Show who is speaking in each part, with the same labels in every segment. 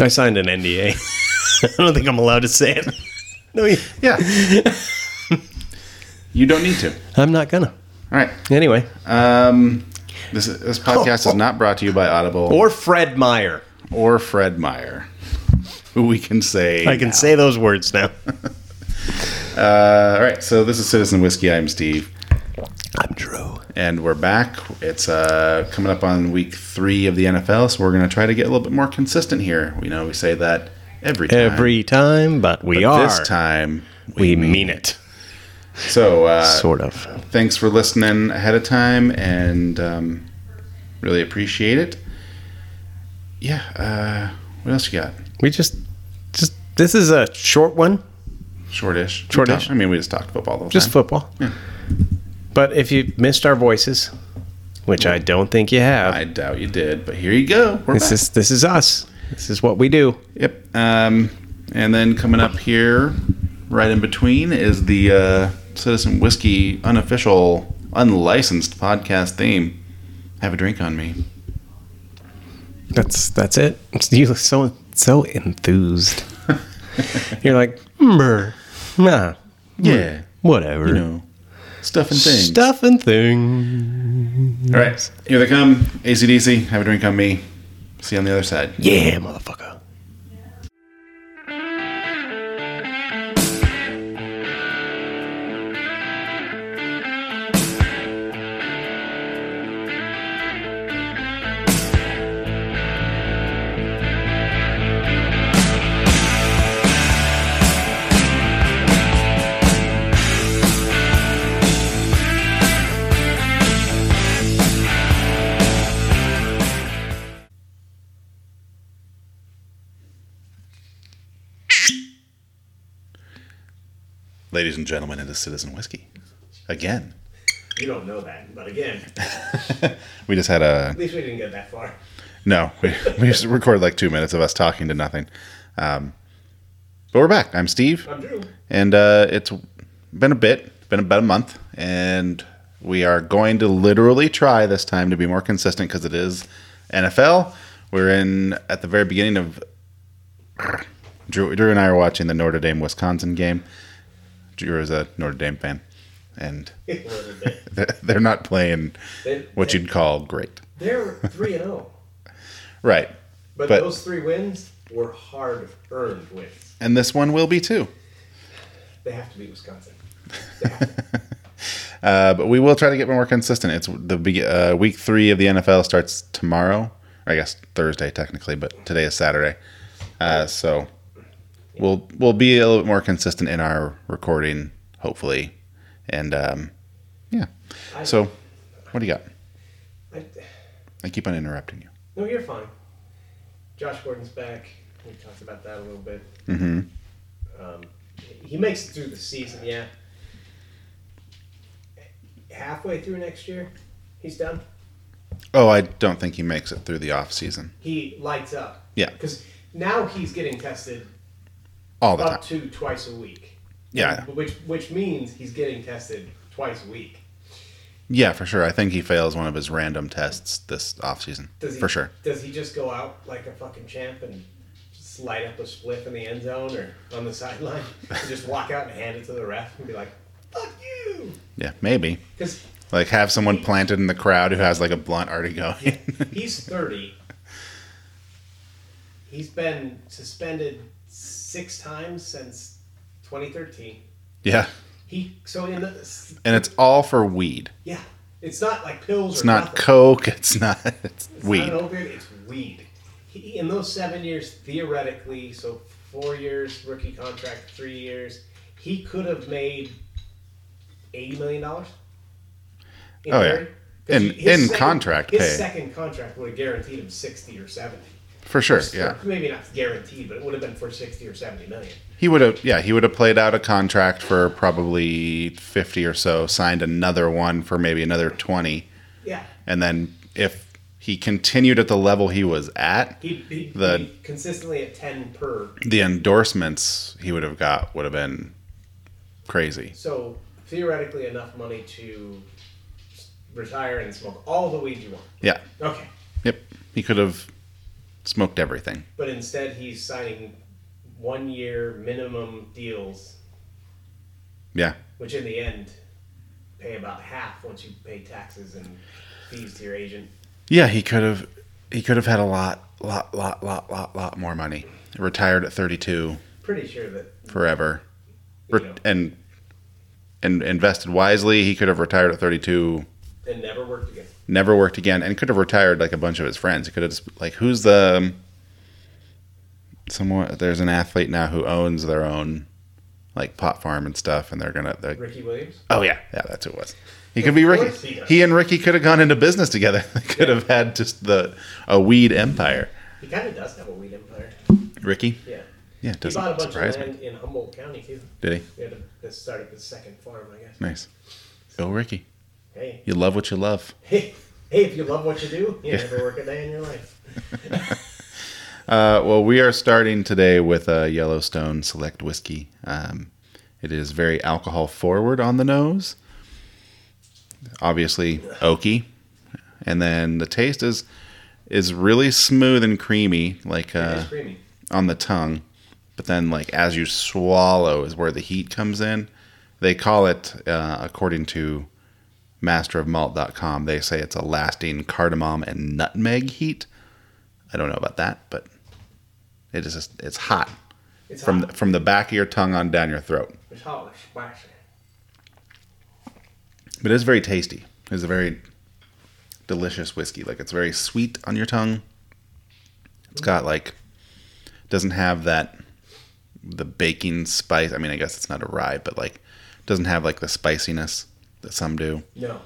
Speaker 1: I signed an NDA. I don't think I'm allowed to say it. No, you-
Speaker 2: Yeah. you don't need to. All
Speaker 1: I'm not gonna.
Speaker 2: right.
Speaker 1: Anyway,
Speaker 2: Um, this this podcast is not brought to you by Audible or,
Speaker 1: or Fred Meyer.
Speaker 2: Fred Meyer, who we can say.
Speaker 1: I can say those words now.
Speaker 2: Uh, all right. So this is Citizen Whiskey. I'm Steve,
Speaker 1: I'm Drew.
Speaker 2: and we're back. It's uh, coming up on week three of the NFL, so we're going to try to get a little bit more consistent here. We know we say that every time.
Speaker 1: Every time, but we
Speaker 2: But
Speaker 1: are.
Speaker 2: this time.
Speaker 1: we mean it.
Speaker 2: So uh,
Speaker 1: Sort of.
Speaker 2: thanks for listening ahead of time and um, really appreciate it yeah uh, what else you got
Speaker 1: We just, just this is a short one,
Speaker 2: shortish We
Speaker 1: Shortish.
Speaker 2: talked- i mean we just talked football the whole
Speaker 1: just
Speaker 2: time.
Speaker 1: football. But if you missed our voices, which I don't think you have,
Speaker 2: i doubt you did but here you go we're
Speaker 1: this
Speaker 2: back.
Speaker 1: is this is us. This is what we do.
Speaker 2: yep um, and then coming up here right in between is the uh, citizen whiskey unofficial unlicensed podcast theme have a drink on me
Speaker 1: That's that's it. You look so so enthused. You're like, mmm, nah,
Speaker 2: yeah
Speaker 1: whatever.
Speaker 2: you know stuff and things
Speaker 1: Stuff and thing.
Speaker 2: All right, here they come. ACDC, have a drink on me. See you on the other side.
Speaker 1: Yeah, motherfucker.
Speaker 2: Ladies and gentlemen, it is Citizen Whiskey. Again.
Speaker 1: You don't know that, but again, at
Speaker 2: We just had a.
Speaker 1: least we didn't get that far.
Speaker 2: No, we, we just recorded like two minutes of us talking to nothing. Um, but we're back. I'm Steve,
Speaker 1: Drew.
Speaker 2: and uh, it's been a bit, been about a month, and we are going to literally try this time to be more consistent because it is NFL. We're in at the very beginning of. Drew, Drew and I are watching the Notre Dame Wisconsin game. Drew is a Notre Dame fan, and they're, they're not playing
Speaker 3: They-
Speaker 2: what you'd call great.
Speaker 3: They're three and zero,
Speaker 2: Right.
Speaker 3: but,
Speaker 2: But-
Speaker 3: those three wins were hard earned wins.
Speaker 2: And this one will be too.
Speaker 3: They have to beat Wisconsin.
Speaker 2: Uh, but we will try to get more consistent. It's the be- uh, week three of the NFL starts tomorrow. I guess Thursday technically, but today is Saturday. Uh, so we'll we'll be a little bit more consistent in our recording, hopefully. And um, yeah.
Speaker 3: I-
Speaker 2: So what do you got?
Speaker 3: I,
Speaker 2: I keep on interrupting you.
Speaker 3: no, you're fine. Josh Gordon's back. We talked about that a little bit.
Speaker 2: Mm-hmm.
Speaker 3: Um, he makes it through the season, yeah. Halfway through next year, he's done.
Speaker 2: Oh, I don't think he makes it through the off season
Speaker 3: He lights up.
Speaker 2: Yeah.
Speaker 3: Because now he's getting tested
Speaker 2: all the time.
Speaker 3: up to twice a week.
Speaker 2: Yeah,
Speaker 3: Which which means he's getting tested twice a week.
Speaker 2: yeah, for sure. I think he fails one of his random tests this off season.
Speaker 3: Does he,
Speaker 2: For sure.
Speaker 3: Does he just go out like a fucking champ and just light up a spliff in the end zone or on the sideline and just walk out and hand it to the ref and be like, "Fuck you,"
Speaker 2: Yeah, maybe.
Speaker 3: because
Speaker 2: Like have someone planted in the crowd who has like a blunt already going.
Speaker 3: he's thirty. He's been suspended six times since 2013.
Speaker 2: yeah.
Speaker 3: He so in the
Speaker 2: And it's all for weed.
Speaker 3: yeah, it's not like pills.
Speaker 2: It's
Speaker 3: or
Speaker 2: not
Speaker 3: nothing.
Speaker 2: coke. It's not it's
Speaker 3: It's
Speaker 2: weed.
Speaker 3: not an opiate, it's weed. He, in those seven years, theoretically, so four years rookie contract, three years, he could have made eighty million dollars.
Speaker 2: Oh, yeah. In- in contract
Speaker 3: his
Speaker 2: pay.
Speaker 3: second contract would have guaranteed him sixty or seventy.
Speaker 2: For sure. Yeah.
Speaker 3: maybe not guaranteed, but it would have been for sixty or seventy million.
Speaker 2: He would have yeah, he would have played out a contract for probably 50 or so, signed another one for maybe another 20,
Speaker 3: Yeah,
Speaker 2: and then if he continued at the level he was at,
Speaker 3: he he
Speaker 2: The-
Speaker 3: he consistently at ten per.
Speaker 2: the endorsements he would have got would have been crazy.
Speaker 3: So theoretically, enough money to retire and smoke all the weed you want.
Speaker 2: Yeah.
Speaker 3: Okay.
Speaker 2: Yep. He could have smoked everything.
Speaker 3: But instead, he's signing one year minimum deals,
Speaker 2: Yeah.
Speaker 3: which in the end pay about half once you pay taxes and fees to your agent.
Speaker 2: Yeah, he could have he could have had a lot, lot, lot, lot, lot, lot more money. Retired at 32
Speaker 3: Pretty sure that
Speaker 2: forever.
Speaker 3: you
Speaker 2: Re-
Speaker 3: know,
Speaker 2: and and invested wisely, he could have retired at 32,
Speaker 3: they never worked again.
Speaker 2: never worked again and could have retired like a bunch of his friends. He could have just like who's the um, someone there's an athlete now who owns their own like pot farm and stuff and they're going to like
Speaker 3: Ricky Williams.
Speaker 2: Oh yeah, yeah, that's who it was. He could be Ricky.
Speaker 3: course he does.
Speaker 2: He and Ricky could have gone into business together. They could have had just the a weed empire.
Speaker 3: He kind of does have a weed empire.
Speaker 2: Ricky,
Speaker 3: Yeah.
Speaker 2: yeah,
Speaker 3: He bought a
Speaker 2: doesn't
Speaker 3: bunch
Speaker 2: surprise
Speaker 3: of
Speaker 2: me.
Speaker 3: land in Humboldt County too.
Speaker 2: Did he?
Speaker 3: He had to start up his second farm, I guess.
Speaker 2: Nice. Go Ricky.
Speaker 3: Hey,
Speaker 2: You love what you love.
Speaker 3: hey, hey! If you love what you do, you never work a day in your life.
Speaker 2: Uh, well, we are starting today with a Yellowstone Select whiskey. Um, it is very alcohol forward on the nose. Obviously oaky, and then the taste is is really smooth and creamy, like uh,
Speaker 3: it's creamy.
Speaker 2: on the tongue, but then like as you swallow is where the heat comes in. They call it, uh, according to masterofmalt.com, they say it's a lasting cardamom and nutmeg heat. I don't know about that, but it is just, it's hot
Speaker 3: It's
Speaker 2: from
Speaker 3: hot.
Speaker 2: the, from the back of your tongue on down your throat.
Speaker 3: It's hot. It's spicy.
Speaker 2: But it's very tasty. It's a very delicious whiskey. Like it's very sweet on your tongue. It's got like doesn't have that the baking spice. I mean, I guess it's not a rye, but like doesn't have like the spiciness that some do.
Speaker 3: No,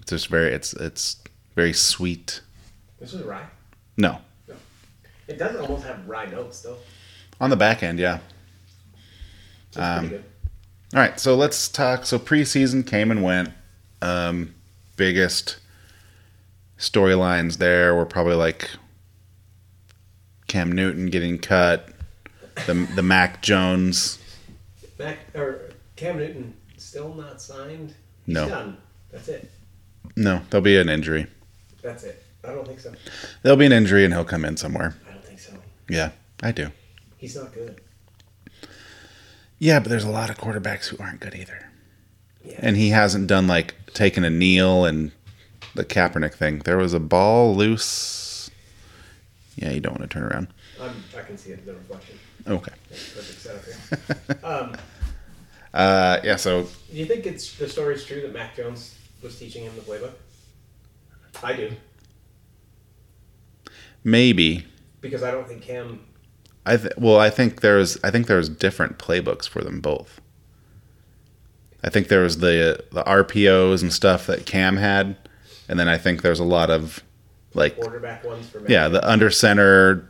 Speaker 2: It's just very it's it's very sweet.
Speaker 3: this was rye.
Speaker 2: No.
Speaker 3: No, it does almost have rye notes though.
Speaker 2: On the back end, yeah.
Speaker 3: It's
Speaker 2: Um,
Speaker 3: pretty good.
Speaker 2: All right, so let's talk. So preseason came and went. Um, biggest storylines there were probably like Cam Newton getting cut, the the Mac Jones.
Speaker 3: Mac or Cam Newton still not signed. He's
Speaker 2: No.
Speaker 3: done. That's it.
Speaker 2: No, there'll be an injury.
Speaker 3: That's it. I don't think so.
Speaker 2: There'll be an injury, and he'll come in somewhere.
Speaker 3: I don't think so.
Speaker 2: Yeah, I do.
Speaker 3: He's not good.
Speaker 2: Yeah, but there's a lot of quarterbacks who aren't good either.
Speaker 3: Yeah.
Speaker 2: And he hasn't done like taking a kneel and the Kaepernick thing. There was a ball loose. Yeah, you don't want to turn around.
Speaker 3: I'm, I can see it in the reflection.
Speaker 2: Okay.
Speaker 3: That's perfect setup here. um,
Speaker 2: Uh, yeah, so
Speaker 3: do you think it's the story's true that Mac Jones was teaching him the playbook? I do
Speaker 2: maybe
Speaker 3: because I don't think Cam
Speaker 2: I th- well, I think there's I think there's different playbooks for them both. I think there was the the RPOs and stuff that Cam had, and then I think there's a lot of like
Speaker 3: quarterback ones for Mac.
Speaker 2: yeah, the under center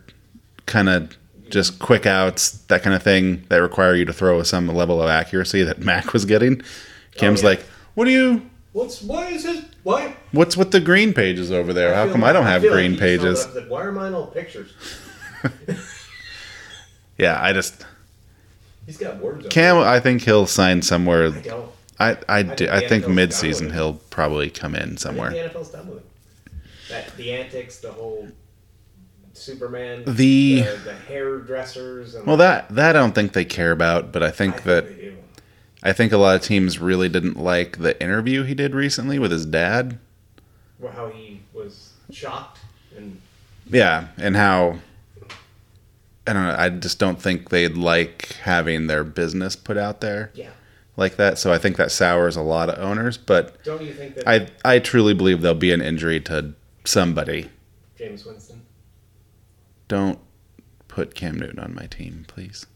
Speaker 2: kind of just quick outs that kind of thing that require you to throw with some level of accuracy that Mac was getting. Cam's
Speaker 3: Oh, yeah.
Speaker 2: like, "What do you?
Speaker 3: What's why is his why?
Speaker 2: What's with the green pages over there? How
Speaker 3: feel
Speaker 2: come I
Speaker 3: like-
Speaker 2: don't have
Speaker 3: feel like
Speaker 2: green
Speaker 3: he just
Speaker 2: pages?"
Speaker 3: held up and said, Why are mine all pictures?
Speaker 2: Yeah, I just
Speaker 3: He's got words. on
Speaker 2: Cam. I think he'll sign somewhere
Speaker 3: it. I don't.
Speaker 2: I I, do,
Speaker 3: think
Speaker 2: I
Speaker 3: the
Speaker 2: think
Speaker 3: NFL's
Speaker 2: mid season
Speaker 3: done with it.
Speaker 2: he'll probably come in
Speaker 3: I
Speaker 2: somewhere.
Speaker 3: think the NFL's done with it. That the antics, the whole Superman,
Speaker 2: The-
Speaker 3: the, the hairdressers, and
Speaker 2: Well, that that I don't think they care about, but I
Speaker 3: I
Speaker 2: think
Speaker 3: think
Speaker 2: that
Speaker 3: they do.
Speaker 2: I think a lot of teams really didn't like the interview he did recently with his dad.
Speaker 3: Well, how he was shocked and
Speaker 2: Yeah, and how I don't know. I just don't think they'd like having their business put out there
Speaker 3: yeah.
Speaker 2: like that. So I think that sours a lot of owners. But
Speaker 3: Don't you think that
Speaker 2: I I truly believe there'll be an injury to somebody.
Speaker 3: James Winston?
Speaker 2: Don't put Cam Newton on my team, please.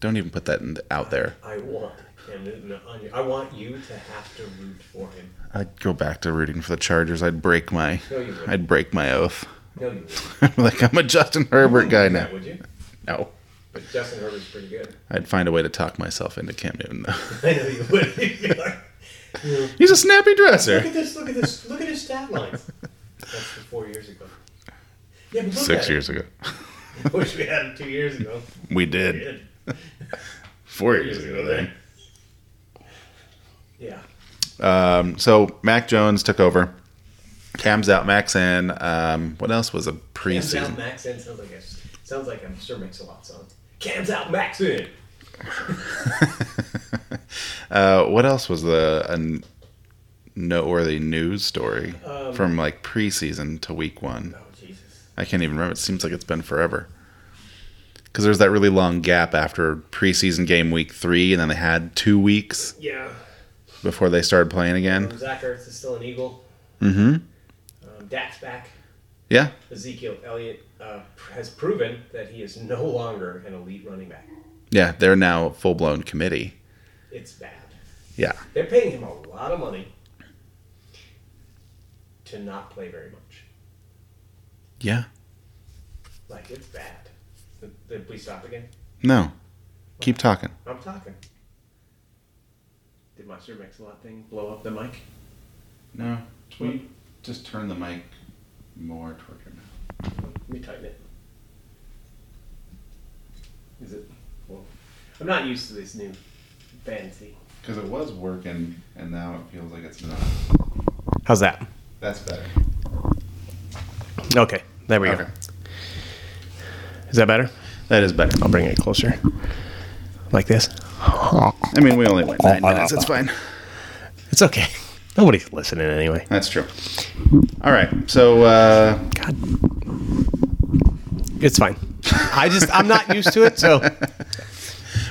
Speaker 2: Don't even put that in, out there.
Speaker 3: I want Cam Newton on you. I want you to have to root for him.
Speaker 2: I'd go back to rooting for the Chargers. I'd break my
Speaker 3: No, you wouldn't.
Speaker 2: I'd break my oath.
Speaker 3: No, you wouldn't.
Speaker 2: like I'm a Justin Herbert guy now.
Speaker 3: Would you?
Speaker 2: No.
Speaker 3: But Justin Herbert's pretty good.
Speaker 2: I'd find a way to talk myself into Cam Newton though.
Speaker 3: I know you would. You're like,
Speaker 2: He's a snappy
Speaker 3: look
Speaker 2: dresser.
Speaker 3: at this, look at this, look at his stat lines. That's from four years ago. Yeah, but look
Speaker 2: Six
Speaker 3: at it.
Speaker 2: years ago.
Speaker 3: Wish we had him two years ago.
Speaker 2: We did.
Speaker 3: Did.
Speaker 2: Four years ago then.
Speaker 3: Yeah.
Speaker 2: Um, so Mac Jones took over. Cam's out, Max, and um, what else was a
Speaker 3: Cam's out,
Speaker 2: preseason?
Speaker 3: Max in sounds like a sounds like a Sir Mix a Lot song. Cam's out, Max in.
Speaker 2: Uh, what else was the a n- noteworthy news story
Speaker 3: Um,
Speaker 2: from like preseason to week one?
Speaker 3: Oh Jesus!
Speaker 2: I can't even remember. It seems like it's been forever. Because there was that really long gap after preseason game week three, and then they had two weeks
Speaker 3: Yeah.
Speaker 2: before they started playing again.
Speaker 3: Um, Zach Ertz is still an Eagle. Mm-hmm. Um, Dak's back.
Speaker 2: Yeah,
Speaker 3: Ezekiel Elliott uh, has proven that he is no longer an elite running back.
Speaker 2: yeah, they're now full blown committee.
Speaker 3: It's bad.
Speaker 2: Yeah,
Speaker 3: They're paying him a lot of money to not play very much.
Speaker 2: yeah.
Speaker 3: Like it's bad. Did, did we stop again?
Speaker 2: No, keep talking.
Speaker 3: I'm talking. Did my Sir Mix-a-Lot thing blow up the mic?
Speaker 2: No,
Speaker 3: we
Speaker 2: just turn the mic more toward your mouth.
Speaker 3: Let me tighten it. Is it? Well, I'm not used to this new fancy.
Speaker 2: Because it was working, and now it feels like it's not.
Speaker 1: How's that?
Speaker 2: That's better.
Speaker 1: Okay, there we
Speaker 2: Okay.
Speaker 1: go. Is that better?
Speaker 2: That is better.
Speaker 1: I'll bring it closer. Like this.
Speaker 2: I mean, we only went nine minutes. It's fine.
Speaker 1: It's okay. Nobody's listening anyway.
Speaker 2: That's true. All right. So, uh,
Speaker 1: God. It's fine. I just I'm not used to it, so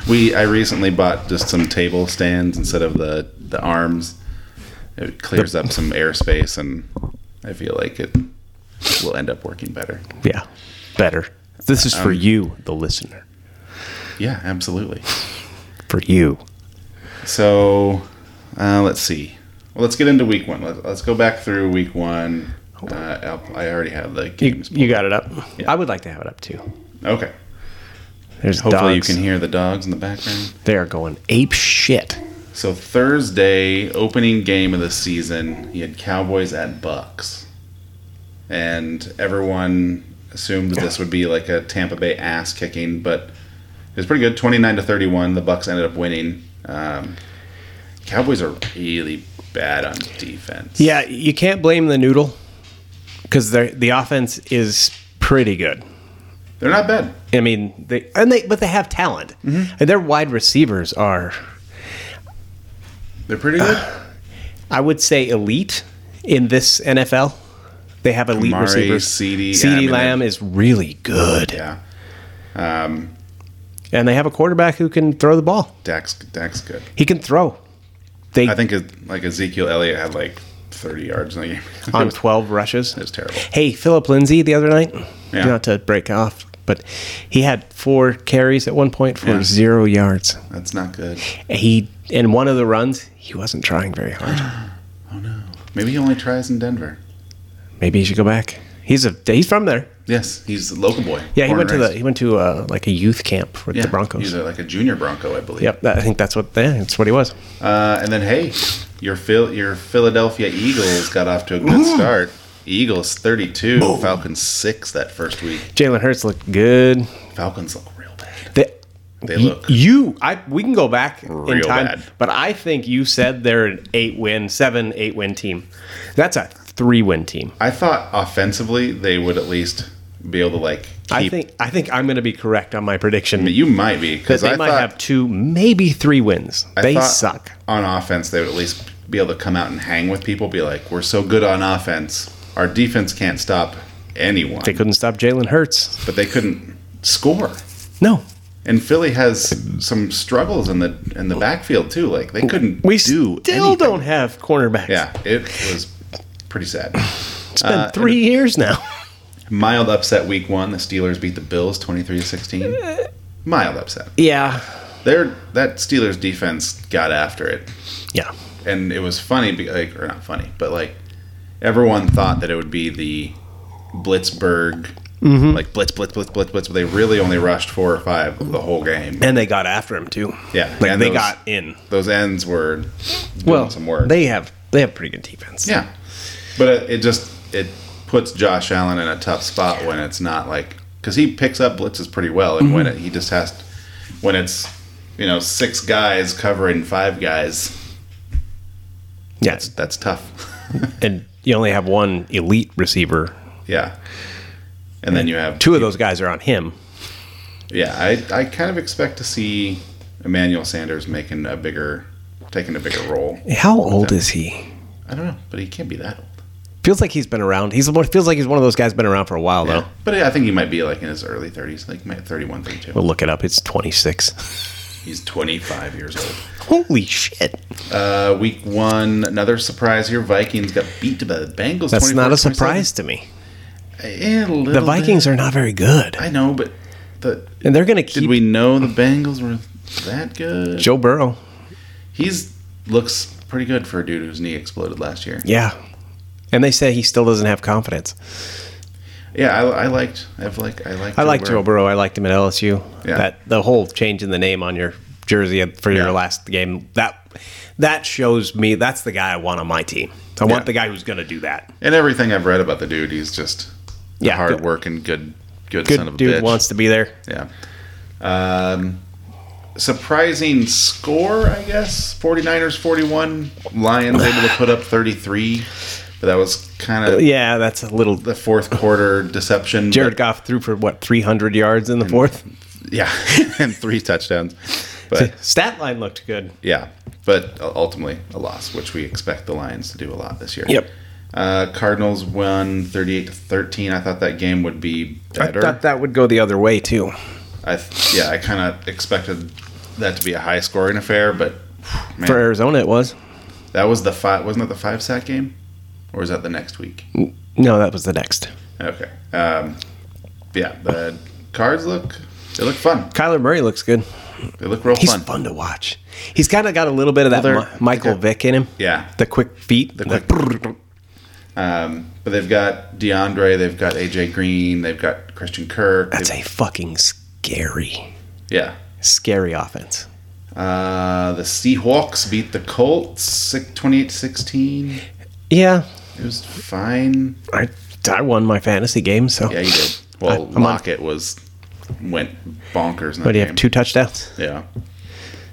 Speaker 2: we I recently bought just some table stands instead of the the arms. It clears up some airspace, and I feel like it will end up working better.
Speaker 1: yeah. Better. This is for you, the listener.
Speaker 2: Yeah, absolutely.
Speaker 1: For you.
Speaker 2: So, uh, let's see. Well, let's get into week one. Let- Let's go back through week one. Uh, I'll- I already have the
Speaker 1: Oh. You,
Speaker 2: games.
Speaker 1: you got it up.
Speaker 2: Yeah.
Speaker 1: I would like to have it up too.
Speaker 2: Okay.
Speaker 1: There's
Speaker 2: Hopefully,
Speaker 1: dogs.
Speaker 2: you can hear the dogs in the background.
Speaker 1: They are going ape shit.
Speaker 2: So Thursday, opening game of the season, you had Cowboys at Bucks, and everyone assumed that this would be like a Tampa Bay ass kicking, but it was pretty good, twenty nine to thirty one. The Bucks ended up winning. Um, Cowboys are really bad on defense.
Speaker 1: Yeah, you can't blame the noodle because the offense is pretty good.
Speaker 2: they're not bad.
Speaker 1: I mean, they and they but they have talent. And their wide receivers are,
Speaker 2: They're pretty good.
Speaker 1: I would say, elite in this NFL. They have elite
Speaker 2: Amari,
Speaker 1: receivers.
Speaker 2: CeeDee,
Speaker 1: CD
Speaker 2: I mean,
Speaker 1: Lamb is really good,
Speaker 2: yeah,
Speaker 1: and they have a quarterback who can throw the ball.
Speaker 2: Dak's Dak's good.
Speaker 1: He can throw. They
Speaker 2: I think like Ezekiel Elliott had like thirty yards in the game. it
Speaker 1: on
Speaker 2: was,
Speaker 1: twelve rushes.
Speaker 2: it was terrible.
Speaker 1: Hey, Philip Lindsay the other night,
Speaker 2: Yeah.
Speaker 1: not to break off, but he had four carries at one point for
Speaker 2: Yeah.
Speaker 1: zero yards.
Speaker 2: That's not good.
Speaker 1: He in one of the runs, he wasn't trying very hard.
Speaker 2: Oh no. Maybe he only tries in Denver.
Speaker 1: Maybe he should go back. He's a he's from there.
Speaker 2: Yes, he's a local boy.
Speaker 1: Yeah, he
Speaker 2: Born
Speaker 1: went to
Speaker 2: and
Speaker 1: the
Speaker 2: raised.
Speaker 1: he went to uh, like a youth camp for
Speaker 2: Yeah,
Speaker 1: the Broncos.
Speaker 2: He's a, like a junior Bronco, I believe.
Speaker 1: yep, that, I think that's what yeah, that's what he was.
Speaker 2: Uh, and then hey, your Phil, your Philadelphia Eagles got off to a good start. Eagles thirty-two, Falcons six that first week.
Speaker 1: Jalen Hurts looked good.
Speaker 2: Falcons look real bad.
Speaker 1: They,
Speaker 2: They
Speaker 1: y-
Speaker 2: look.
Speaker 1: you I we can go back in
Speaker 2: Real
Speaker 1: time,
Speaker 2: bad.
Speaker 1: but I think you said they're an eight win, seven eight win team. That's a three win team.
Speaker 2: I thought offensively they would at least be able to like. Keep,
Speaker 1: I think I think I'm going to be correct on my prediction
Speaker 2: But you might be
Speaker 1: that
Speaker 2: because
Speaker 1: they
Speaker 2: I
Speaker 1: might
Speaker 2: thought
Speaker 1: have two, maybe three wins.
Speaker 2: I
Speaker 1: they
Speaker 2: thought
Speaker 1: suck.
Speaker 2: on offense. They would at least be able to come out and hang with people. Be like, we're so good on offense, our defense can't stop anyone.
Speaker 1: They couldn't stop Jalen Hurts.
Speaker 2: but they couldn't score.
Speaker 1: No,
Speaker 2: And Philly has some struggles in the in the backfield too. Like they couldn't
Speaker 1: we still
Speaker 2: do anything.
Speaker 1: don't have cornerbacks.
Speaker 2: Yeah, uh, it was pretty sad.
Speaker 1: it's been three years now.
Speaker 2: Mild upset week one. The Steelers beat the Bills 23-16. Mild upset.
Speaker 1: yeah,
Speaker 2: They're, that Steelers defense got after it.
Speaker 1: yeah.
Speaker 2: and it was funny, be- like or not funny, but like everyone thought that it would be the Blitzberg,
Speaker 1: Mm-hmm.
Speaker 2: like blitz, blitz, blitz, blitz, blitz. But they really only rushed four or five the whole game.
Speaker 1: And they got after him too.
Speaker 2: Yeah,
Speaker 1: like
Speaker 2: and
Speaker 1: they
Speaker 2: those-
Speaker 1: got in.
Speaker 2: Those ends were doing
Speaker 1: Well,
Speaker 2: some work.
Speaker 1: they have they have pretty good defense.
Speaker 2: yeah, but it, it just it puts Josh Allen in a tough spot when it's not like because he picks up blitzes pretty well, and when it, he just has when it's you know six guys covering five guys,
Speaker 1: yeah.
Speaker 2: that's tough.
Speaker 1: And you only have one elite receiver.
Speaker 2: Yeah. And then you have
Speaker 1: Two of those guys are on him.
Speaker 2: Yeah, I, I kind of expect to see Emmanuel Sanders making a bigger, taking a bigger role.
Speaker 1: How old is he?
Speaker 2: I don't know, but he can't be that old.
Speaker 1: Feels like he's been around. He's one- feels like he's one of those guys been around for a while though.
Speaker 2: But I think he might be like in his early 30s, like might- 31, 32.
Speaker 1: We'll look it up. It's 26.
Speaker 2: He's 25 years old.
Speaker 1: Holy shit!
Speaker 2: Uh, week one, another surprise here. Vikings got beat by the Bengals.
Speaker 1: That's not a
Speaker 2: 24-27.
Speaker 1: surprise to me.
Speaker 2: Eh, a little
Speaker 1: The Vikings are not very good,
Speaker 2: I know, but the,
Speaker 1: and they're going to
Speaker 2: did
Speaker 1: keep
Speaker 2: we know the Bengals were that good?
Speaker 1: Joe Burrow.
Speaker 2: He's looks pretty good for a dude whose knee exploded last year.
Speaker 1: Yeah, and they say he still doesn't have confidence.
Speaker 2: Yeah, I, I liked. I've like. I liked.
Speaker 1: I like
Speaker 2: Burrow.
Speaker 1: Joe Burrow. I liked him at LSU.
Speaker 2: Yeah.
Speaker 1: That the whole change in the name on your jersey for your
Speaker 2: Yeah.
Speaker 1: last game that that shows me that's the guy I want on my team. I
Speaker 2: Yeah.
Speaker 1: want the guy who's going to do that.
Speaker 2: And everything I've read about the dude, he's just a
Speaker 1: Yeah,
Speaker 2: hard
Speaker 1: good-
Speaker 2: working, good, good,
Speaker 1: Good
Speaker 2: son of a
Speaker 1: dude
Speaker 2: bitch.
Speaker 1: wants to be there.
Speaker 2: Yeah. Um, surprising score, I guess. 49ers 41. Lions able to put up 33. But that was kind of
Speaker 1: Uh, Yeah, that's a little.
Speaker 2: the fourth quarter deception. but-
Speaker 1: Jared Goff threw for what 300 yards in the fourth.
Speaker 2: Yeah. and three touchdowns. But
Speaker 1: Stat line looked good.
Speaker 2: yeah. But ultimately, a loss, which we expect the Lions to do a lot this year.
Speaker 1: Yep.
Speaker 2: Uh, Cardinals won 38 to 13. I thought that game would be better.
Speaker 1: I thought that would go the other way too.
Speaker 2: I th- yeah, I kind of expected that to be a high scoring affair, but man,
Speaker 1: For Arizona, it was.
Speaker 2: that was the five. Wasn't that the five sack game, or was that the next week?
Speaker 1: No, that was the next.
Speaker 2: Okay. Um, yeah, the cards look. They look fun.
Speaker 1: Kyler Murray looks good.
Speaker 2: They look real
Speaker 1: He's
Speaker 2: fun.
Speaker 1: fun, to watch. He's kind of got a little bit of that
Speaker 2: Well,
Speaker 1: Mi-
Speaker 2: they're-
Speaker 1: Michael
Speaker 2: they're-
Speaker 1: Vick in him.
Speaker 2: Yeah.
Speaker 1: The quick feet.
Speaker 2: The quick- Um, but they've got DeAndre. They've got AJ Green. They've got Christian Kirk.
Speaker 1: That's
Speaker 2: they've-
Speaker 1: a fucking scary,
Speaker 2: yeah.
Speaker 1: scary offense.
Speaker 2: Uh, the Seahawks beat the Colts six- 28 to 16.
Speaker 1: Yeah,
Speaker 2: It was fine.
Speaker 1: I I won my fantasy game, so.
Speaker 2: Yeah, you did. Well,
Speaker 1: I'm on-
Speaker 2: Lockett was went bonkers. In that
Speaker 1: What do you
Speaker 2: game.
Speaker 1: have? Two touchdowns.
Speaker 2: Yeah.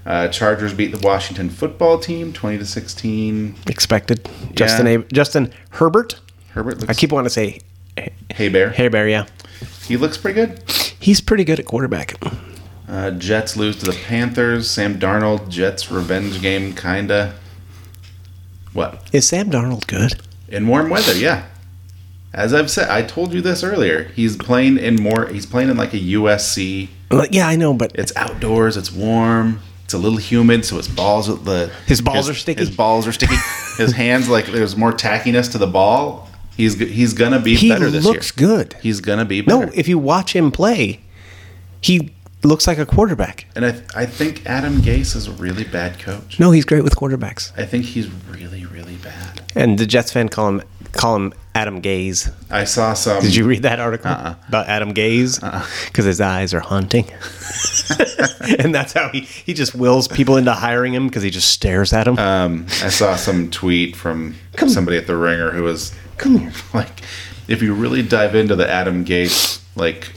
Speaker 2: Uh, Chargers beat the Washington football team twenty to sixteen.
Speaker 1: Expected. Justin
Speaker 2: Yeah.
Speaker 1: A- Justin Herbert.
Speaker 2: Herbert looks
Speaker 1: I keep wanting to say
Speaker 2: hey bear.
Speaker 1: Hairbear. Yeah,
Speaker 2: He looks pretty good.
Speaker 1: he's pretty good at quarterback.
Speaker 2: Uh, Jets lose to the Panthers. Sam Darnold Jets revenge game kinda. What
Speaker 1: Is Sam Darnold good?
Speaker 2: in warm weather? Yeah. As I've said, I told you this earlier. He's playing in more. He's playing in like a USC.
Speaker 1: Like, Yeah, I know, but
Speaker 2: It's outdoors. It's warm. It's a little humid, so his balls are the
Speaker 1: His balls are sticky?
Speaker 2: His balls are sticky. his hands like there's more tackiness to the ball. He's g- he's gonna be
Speaker 1: he
Speaker 2: better this
Speaker 1: looks
Speaker 2: year.
Speaker 1: good.
Speaker 2: He's gonna be better.
Speaker 1: No, if you watch him play, he looks like a quarterback.
Speaker 2: and I th- I think Adam Gase is a really bad coach.
Speaker 1: No, he's great with quarterbacks.
Speaker 2: I think he's really really bad.
Speaker 1: And the Jets fan call him call him Adam Gaze.
Speaker 2: I saw some.
Speaker 1: Did you read that article about Adam Gaze? Because his eyes are haunting, and that's how he he just wills people into hiring him because he just stares at him.
Speaker 2: Um, I saw some tweet from somebody at the Ringer who was
Speaker 1: Come here.
Speaker 2: like, if you really dive into the Adam Gates like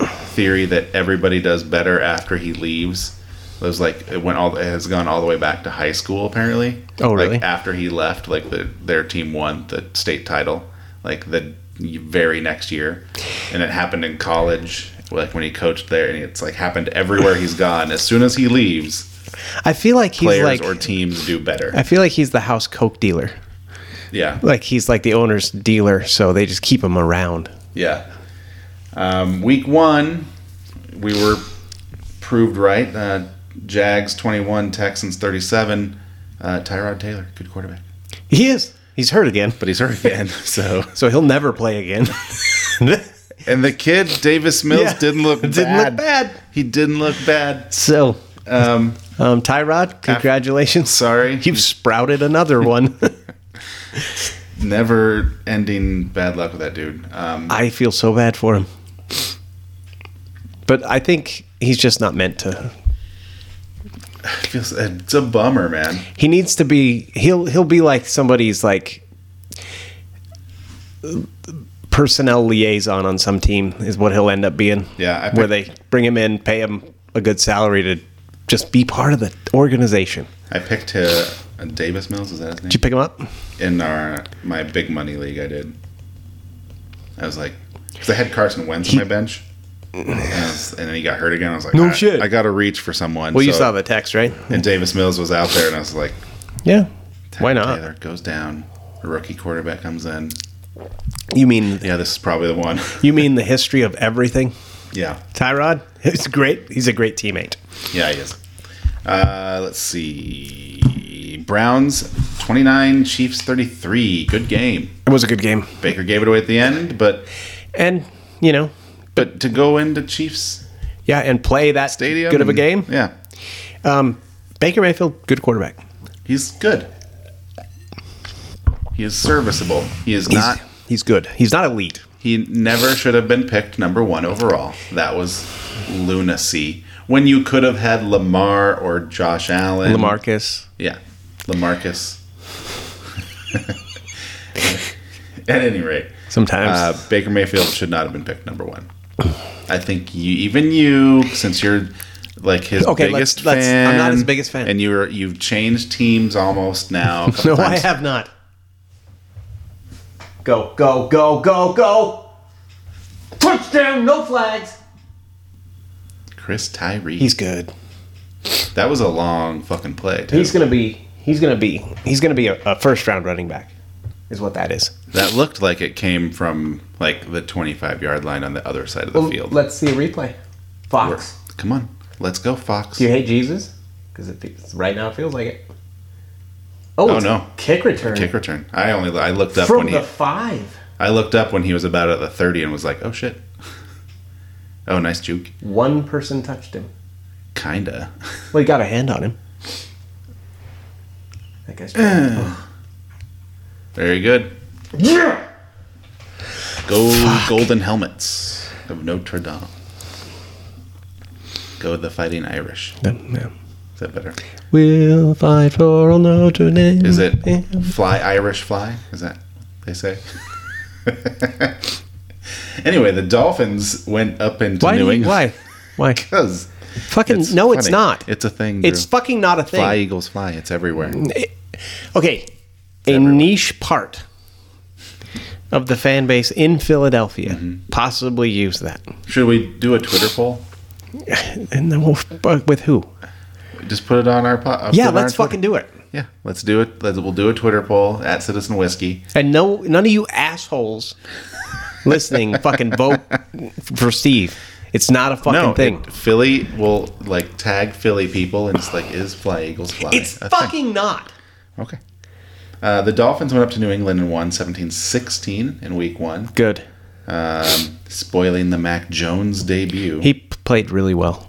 Speaker 2: theory that everybody does better after he leaves, it was like it went all it has gone all the way back to high school apparently.
Speaker 1: Oh, really?
Speaker 2: Like after he left, like the, their team won the state title, like the very next year, and it happened in college, like when he coached there, and it's like happened everywhere he's gone. As soon as he leaves.
Speaker 1: I feel like he's
Speaker 2: Players
Speaker 1: like
Speaker 2: or teams do better.
Speaker 1: I feel like he's the house coke dealer.
Speaker 2: Yeah.
Speaker 1: Like he's like the owner's dealer, so they just keep him around.
Speaker 2: Yeah. Um, week one, we were proved right. Uh, Jags 21, Texans 37. Uh, Tyrod Taylor, good quarterback.
Speaker 1: He is. He's hurt again,
Speaker 2: But he's hurt again. So,
Speaker 1: so he'll never play again.
Speaker 2: and the kid Davis Mills
Speaker 1: Yeah.
Speaker 2: didn't look bad.
Speaker 1: Didn't look bad.
Speaker 2: He didn't look bad.
Speaker 1: so,
Speaker 2: Um,
Speaker 1: um, Tyrod, congratulations.
Speaker 2: sorry,
Speaker 1: You've sprouted another one.
Speaker 2: never ending bad luck with that dude. Um,
Speaker 1: I feel so bad for him. But I think he's just not meant to.
Speaker 2: it feels, it's a bummer, man.
Speaker 1: He needs to be he'll he'll be like somebody's like personnel liaison on some team is what he'll end up being.
Speaker 2: Yeah, I
Speaker 1: where
Speaker 2: pick-
Speaker 1: they bring him in, pay him a good salary to just be part of the organization.
Speaker 2: I picked uh, Davis Mills. Is that his name?
Speaker 1: Did you pick him up?
Speaker 2: in our my big money league I did. I was like, because I had Carson Wentz on my bench, and, I was- and then he got hurt again. I was like,
Speaker 1: No
Speaker 2: I,
Speaker 1: shit.
Speaker 2: I got to reach for someone.
Speaker 1: Well, you
Speaker 2: So-
Speaker 1: saw the text, right?
Speaker 2: And Davis Mills was out there, and I was like,
Speaker 1: Yeah. Why not?
Speaker 2: Taylor goes down. A rookie quarterback comes in.
Speaker 1: You mean
Speaker 2: Yeah, this is probably the one.
Speaker 1: you mean the history of everything?
Speaker 2: yeah,
Speaker 1: Tyrod, he's great. He's a great teammate.
Speaker 2: yeah, he is. Uh, let's see. Browns 29, Chiefs 33. Good game.
Speaker 1: It was a good game,
Speaker 2: Baker gave it away at the end, but
Speaker 1: and you know,
Speaker 2: but to go into Chiefs
Speaker 1: yeah, and play that
Speaker 2: stadium,
Speaker 1: good of a
Speaker 2: and-
Speaker 1: game.
Speaker 2: Yeah,
Speaker 1: Um, Baker Mayfield, good quarterback.
Speaker 2: He's good. He is serviceable. He is
Speaker 1: He's,
Speaker 2: not.
Speaker 1: he's good. He's not elite.
Speaker 2: He never should have been picked number one overall. That was lunacy. When you could have had Lamar or Josh Allen.
Speaker 1: Lamarcus,
Speaker 2: Yeah. Lamarcus. At any rate,
Speaker 1: sometimes
Speaker 2: uh, Baker Mayfield should not have been picked number one. I think you, even you, since you're like his
Speaker 1: Okay, let's-
Speaker 2: biggest
Speaker 1: let's-
Speaker 2: fan,
Speaker 1: I'm not his biggest fan.
Speaker 2: and you're you've changed teams almost now. a couple
Speaker 1: No, I
Speaker 2: times.
Speaker 1: have not. Go, go, go, go, go. Touchdown, no flags.
Speaker 2: Chris Tyree.
Speaker 1: He's good.
Speaker 2: that was a long fucking play. Too.
Speaker 1: He's gonna be he's gonna be he's gonna be a, a first round running back, is what that is.
Speaker 2: that looked like it came from like the 25 yard line on the other side of the field.
Speaker 1: Let's see a replay. Fox.
Speaker 2: Come on, let's go, Fox.
Speaker 4: Do you hate Jesus? Because it feels, right now it feels like it. Oh,
Speaker 2: Oh,
Speaker 4: it's
Speaker 2: no.
Speaker 4: kick return
Speaker 2: Kick return. I only I looked up when
Speaker 4: from
Speaker 2: he
Speaker 4: the five.
Speaker 2: I looked up when he was about at the 30 and was like, oh shit. Oh, nice juke.
Speaker 4: One person touched him.
Speaker 2: Kinda.
Speaker 1: Well, he got a hand on him.
Speaker 4: That guy's trying-
Speaker 2: Very good. Yeah. Go golden helmets of Notre Dame. Go the Fighting Irish. Is that better?
Speaker 1: Oh, We'll fight for all Notre Dame.
Speaker 2: Is it fly Irish fly? Is that what they say? anyway, the Dolphins went up into
Speaker 1: Why? do
Speaker 2: New
Speaker 1: you-
Speaker 2: England.
Speaker 1: why? Why?
Speaker 2: Because
Speaker 1: Fucking no, it's not.
Speaker 2: It's a thing.
Speaker 1: It's
Speaker 2: Drew.
Speaker 1: fucking not a thing.
Speaker 2: fly eagles fly. It's everywhere.
Speaker 1: okay, a niche part of the fan base in Philadelphia
Speaker 2: Mm-hmm.
Speaker 1: possibly use that.
Speaker 2: Should we do a Twitter poll?
Speaker 1: And then we'll fuck with who?
Speaker 2: Just put it on our pot.
Speaker 1: Yeah, let's fucking do it.
Speaker 2: Yeah, let's do it. Let's, we'll do a Twitter poll at Citizen Whiskey.
Speaker 1: And no, none of you assholes listening, fucking vote for Steve. It's not a fucking
Speaker 2: No,
Speaker 1: thing.
Speaker 2: it- Philly will like tag Philly people and it's like, is fly eagles fly?
Speaker 1: it's
Speaker 2: a thing?
Speaker 1: fucking not.
Speaker 2: Okay. Uh, the Dolphins went up to New England and won 17 16 in week one,
Speaker 1: Good.
Speaker 2: um, spoiling the Mac Jones debut.
Speaker 1: He p- played really well.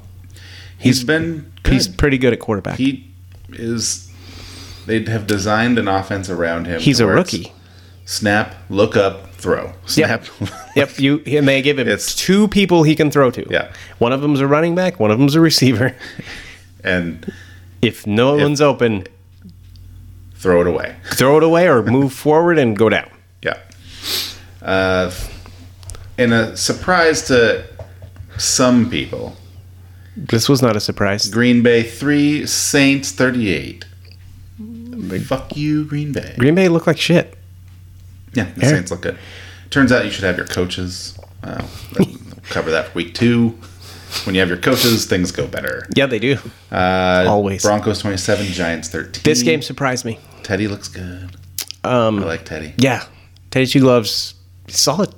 Speaker 2: he's been good.
Speaker 1: He's pretty good at quarterback.
Speaker 2: he is. They have designed an offense around him.
Speaker 1: He's
Speaker 2: to
Speaker 1: a
Speaker 2: where it's
Speaker 1: rookie.
Speaker 2: Snap, look up, throw. Snap.
Speaker 1: Yep. yep. You and they give him
Speaker 2: It's-
Speaker 1: two people he can throw to.
Speaker 2: Yeah.
Speaker 1: One of them's a running back. One of them's a receiver.
Speaker 2: and
Speaker 1: If no one's open,
Speaker 2: throw it away.
Speaker 1: throw it away or move forward and go down.
Speaker 2: Yeah. Uh, in a surprise to some people,
Speaker 1: This was not a surprise.
Speaker 2: Green Bay 3, Saints 38. Fuck you, Green Bay.
Speaker 1: Green Bay looked like shit.
Speaker 2: Yeah, the Saints look good. Turns out you should have your coaches. Well, we'll cover that for week two. When you have your coaches, things go better.
Speaker 1: Yeah, they do.
Speaker 2: Uh,
Speaker 1: Always.
Speaker 2: Broncos 27, Giants 13.
Speaker 1: This game surprised me.
Speaker 2: Teddy looks good. I
Speaker 1: Um,
Speaker 2: like Teddy.
Speaker 1: yeah, Teddy Two Gloves, solid.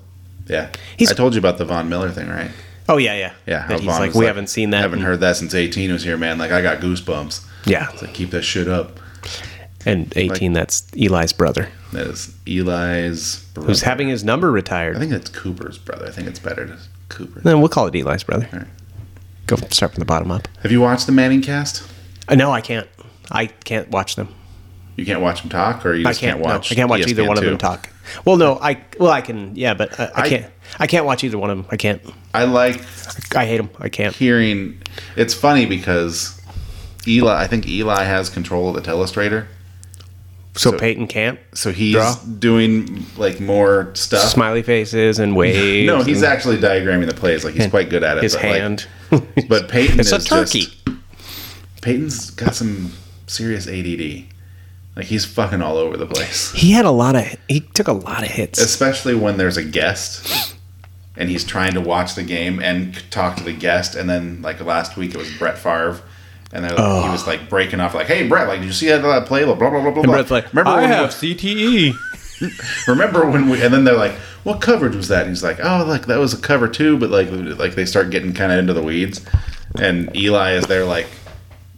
Speaker 2: Yeah.
Speaker 1: He's-
Speaker 2: I told you about the Von Miller thing, right?
Speaker 1: Oh yeah, yeah.
Speaker 2: Yeah. how
Speaker 1: That he's
Speaker 2: Von
Speaker 1: like,
Speaker 2: was
Speaker 1: we haven't seen that.
Speaker 2: Haven't
Speaker 1: in-"
Speaker 2: heard that since 18 was here, man. Like, I got goosebumps.
Speaker 1: Yeah,
Speaker 2: It's like, keep that shit up.
Speaker 1: and eighteen. that's Eli's brother,
Speaker 2: That is Eli's brother.
Speaker 1: who's having his number retired.
Speaker 2: I think it's Cooper's brother. I think it's better to Cooper.
Speaker 1: then we'll call it Eli's brother.
Speaker 2: All right.
Speaker 1: Go start from the bottom up.
Speaker 2: Have you watched the Manning cast?
Speaker 1: Uh, no, I can't. I can't watch them.
Speaker 2: You can't watch them talk, or you
Speaker 1: I
Speaker 2: just
Speaker 1: can't,
Speaker 2: can't, watch.
Speaker 1: No, I
Speaker 2: E
Speaker 1: can't watch either
Speaker 2: ESPN
Speaker 1: one of them
Speaker 2: two?
Speaker 1: talk. Well, no, I well I can yeah, but uh, I, I,
Speaker 2: I-
Speaker 1: can't. I can't watch either one of them. I can't.
Speaker 2: I like
Speaker 1: I hate them. I can't.
Speaker 2: hearing. It's funny because Eli. I think Eli has control of the telestrator,
Speaker 1: So, Peyton can't.
Speaker 2: so he's
Speaker 1: Draw?
Speaker 2: doing like more stuff.
Speaker 1: Smiley faces and waves.
Speaker 2: Uh, No, he's
Speaker 1: and
Speaker 2: actually diagramming the plays. Like he's quite good at it.
Speaker 1: his
Speaker 2: but, like,
Speaker 1: hand.
Speaker 2: but Peyton
Speaker 1: It's a
Speaker 2: is just-
Speaker 1: turkey.
Speaker 2: Peyton's got some serious ADD. Like he's fucking all over the place,
Speaker 1: He had a lot of. He took a lot of hits.
Speaker 2: especially when there's a guest and he's trying to watch the game and talk to the guest. And then like last week it was Brett Favre. And they're- he was like breaking off, like, "Hey, Brett, like, did you see that, that play? Blah blah blah blah blah."
Speaker 1: And Brett's like,
Speaker 2: Remember
Speaker 1: I
Speaker 2: when we-
Speaker 1: have
Speaker 2: E?
Speaker 1: CTE.
Speaker 2: remember when we and then they're like what coverage was that and he's like oh like that was a cover too but like like they start getting kind of into the weeds and eli is there like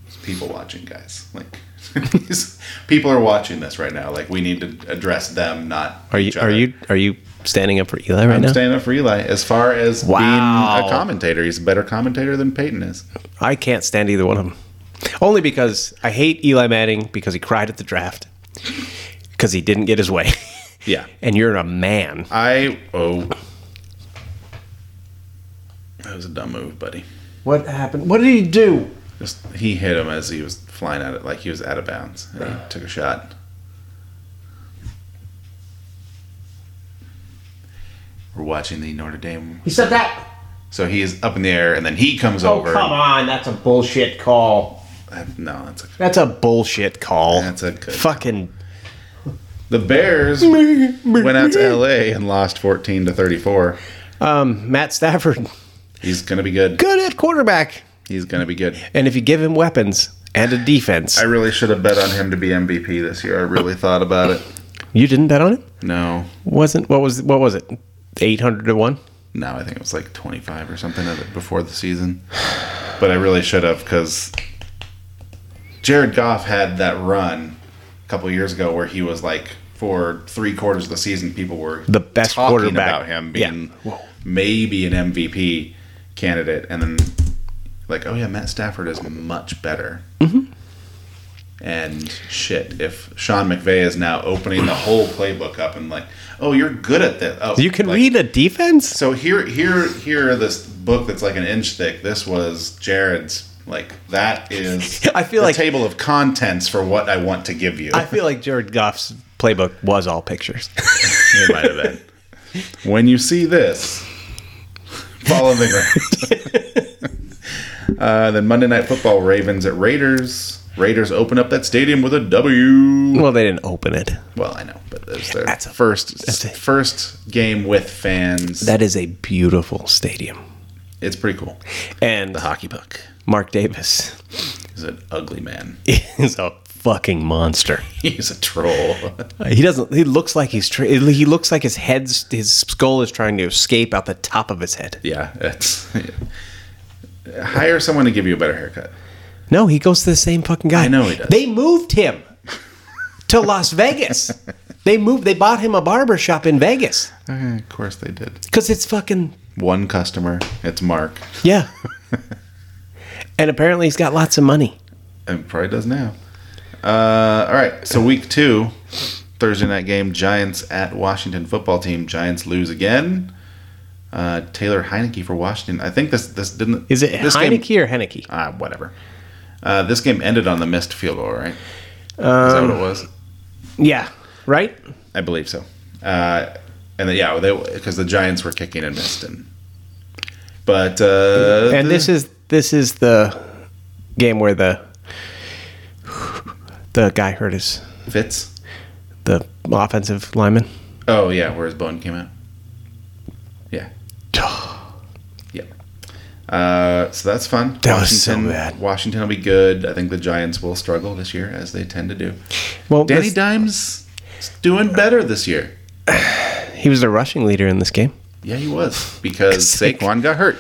Speaker 2: "It's people watching guys like these people are watching this right now like we need to address them not
Speaker 1: Are you?
Speaker 2: each
Speaker 1: Are
Speaker 2: other."
Speaker 1: you? Are you standing up for Eli right
Speaker 2: i'm
Speaker 1: now?
Speaker 2: standing up for eli as far as
Speaker 1: Wow.
Speaker 2: being a commentator he's a better commentator than peyton is
Speaker 1: I can't stand either one of them. Only because I hate Eli Manning because he cried at the draft because he didn't get his way.
Speaker 2: yeah
Speaker 1: and you're a man.
Speaker 2: i oh that was a dumb move buddy
Speaker 4: What happened? What did he do?
Speaker 2: Just he hit him as he was flying at it, like he was out of bounds, and he took a shot. We're watching the Notre Dame,
Speaker 4: He said that.
Speaker 2: so he is up in the air, and then he comes
Speaker 4: Oh
Speaker 2: over.
Speaker 4: come on, that's a bullshit call.
Speaker 2: Uh, No, that's a,
Speaker 1: That's a bullshit call.
Speaker 2: that's a good.
Speaker 1: Fucking
Speaker 2: The Bears went out to L.A. and lost fourteen to thirty-four.
Speaker 1: um, Matt Stafford,
Speaker 2: He's gonna be good.
Speaker 1: good at quarterback.
Speaker 2: He's gonna be good.
Speaker 1: And if you give him weapons and a defense,
Speaker 2: I really should have bet on him to be MVP this year. I really thought about it.
Speaker 1: you didn't bet on it.
Speaker 2: No,
Speaker 1: Wasn't what was what was it? Eight hundred to one.
Speaker 2: No, I think it was like 25 or something of it before the season. But I really should have because Jared Goff had that run a couple years ago where he was like for three quarters of the season, people were
Speaker 1: The best quarterback.
Speaker 2: about him
Speaker 1: Yeah.
Speaker 2: being
Speaker 1: Whoa.
Speaker 2: maybe an MVP candidate, and then like, oh yeah, Matt Stafford is much better.
Speaker 1: Mm-hmm.
Speaker 2: And shit, if Sean McVay is now opening the whole playbook up and like, oh, you're good at this. Oh,
Speaker 1: You can
Speaker 2: like,
Speaker 1: read a defense.
Speaker 2: so here, here, here, are this book that's like an inch thick. This was Jared's. Like that is.
Speaker 1: I feel
Speaker 2: the
Speaker 1: like-
Speaker 2: table of contents for what I want to give you.
Speaker 1: I feel like Jared Goff's playbook was all pictures.
Speaker 2: it might have been. When you see this, follow the ground. uh, then Monday Night Football: Ravens at Raiders. Raiders open up that stadium with a W.
Speaker 1: well, they didn't open it.
Speaker 2: Well, I know, but it's their
Speaker 1: That's a-
Speaker 2: first
Speaker 1: that's a-
Speaker 2: first game with fans.
Speaker 1: That is a beautiful stadium.
Speaker 2: it's pretty cool.
Speaker 1: And
Speaker 2: The hockey puck
Speaker 1: Mark Davis
Speaker 2: is an ugly man.
Speaker 1: is a fucking monster.
Speaker 2: He's a troll.
Speaker 1: He doesn't. He looks like he's. Tra- he looks like his head's. His skull is trying to escape out the top of his head.
Speaker 2: yeah, it's hire someone to give you a better haircut.
Speaker 1: No, he goes to the same fucking guy.
Speaker 2: I know he does.
Speaker 1: They moved him to Las Vegas. they moved. They bought him a barber shop in Vegas
Speaker 2: Okay, Eh, of course they did.
Speaker 1: because it's fucking
Speaker 2: One customer, it's Mark,
Speaker 1: yeah. and apparently, he's got lots of money.
Speaker 2: and probably does now. Uh, all right, so week two, Thursday night game, Giants at Washington football team. Giants lose again. Uh, Taylor Heineke for Washington. I think this this didn't
Speaker 1: Is it
Speaker 2: this
Speaker 1: Heineke
Speaker 2: Game,
Speaker 1: or Henneke?
Speaker 2: ah, whatever. Uh, this game ended on the missed field goal, right? Is that what
Speaker 1: Um,
Speaker 2: it was?
Speaker 1: Yeah. Right.
Speaker 2: I believe so. Uh, and then, yeah, they because the Giants were kicking and missed, and but uh,
Speaker 1: and this is this is the game where the the guy hurt his
Speaker 2: Fitz.
Speaker 1: the offensive lineman.
Speaker 2: Oh yeah, where his bone came out. Yeah, yeah. Uh, so that's fun.
Speaker 1: That was so bad.
Speaker 2: Washington will be good. I think the Giants will struggle this year, as they tend to do.
Speaker 1: Well,
Speaker 2: Danny
Speaker 1: this-
Speaker 2: Dimes is doing better this year.
Speaker 1: he was the rushing leader in this game.
Speaker 2: Yeah, he was because Saquon got hurt.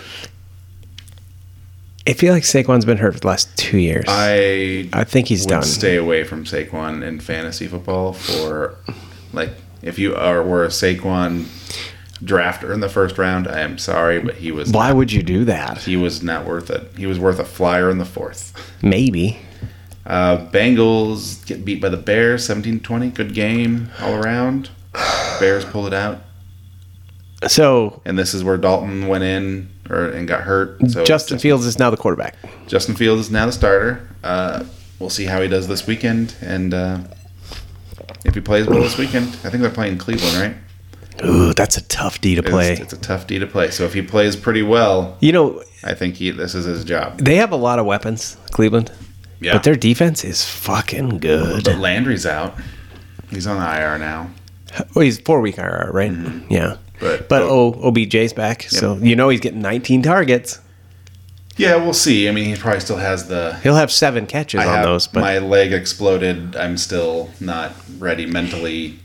Speaker 1: I feel like Saquon's been hurt for the last two years. I,
Speaker 2: I
Speaker 1: think he's
Speaker 2: would
Speaker 1: done.
Speaker 2: stay away from Saquon in fantasy football for like if you are were a Saquon drafter in the first round, I am sorry, but he was
Speaker 1: Why would you do that?
Speaker 2: he was not worth it. He was worth a flyer in the fourth.
Speaker 1: Maybe.
Speaker 2: Uh, Bengals get beat by the Bears 17-20. Good game all around. Bears pull it out.
Speaker 1: So
Speaker 2: And this is where Dalton went in or and got hurt. So
Speaker 1: Justin Fields is now the quarterback.
Speaker 2: Justin Fields is now the starter. Uh, we'll see how he does this weekend, and uh, if he plays well this weekend, I think they're playing Cleveland, right?
Speaker 1: Ooh, that's a tough D to
Speaker 2: It's-
Speaker 1: play.
Speaker 2: It's, a tough D to play. So if he plays pretty well,
Speaker 1: you know,
Speaker 2: I think he this is his job.
Speaker 1: they have a lot of weapons, Cleveland.
Speaker 2: Yeah.
Speaker 1: But their defense is fucking good.
Speaker 2: But Landry's out. He's on the IR now.
Speaker 1: Well, he's four week IR, right?
Speaker 2: Mm-hmm.
Speaker 1: Yeah. But,
Speaker 2: But-
Speaker 1: but oh, OBJ's back, so you know he's getting 19 targets.
Speaker 2: Yeah, we'll see. I mean, he probably still has the.
Speaker 1: He'll have seven catches
Speaker 2: I
Speaker 1: on
Speaker 2: have
Speaker 1: those, but
Speaker 2: my leg exploded. I'm still not ready mentally.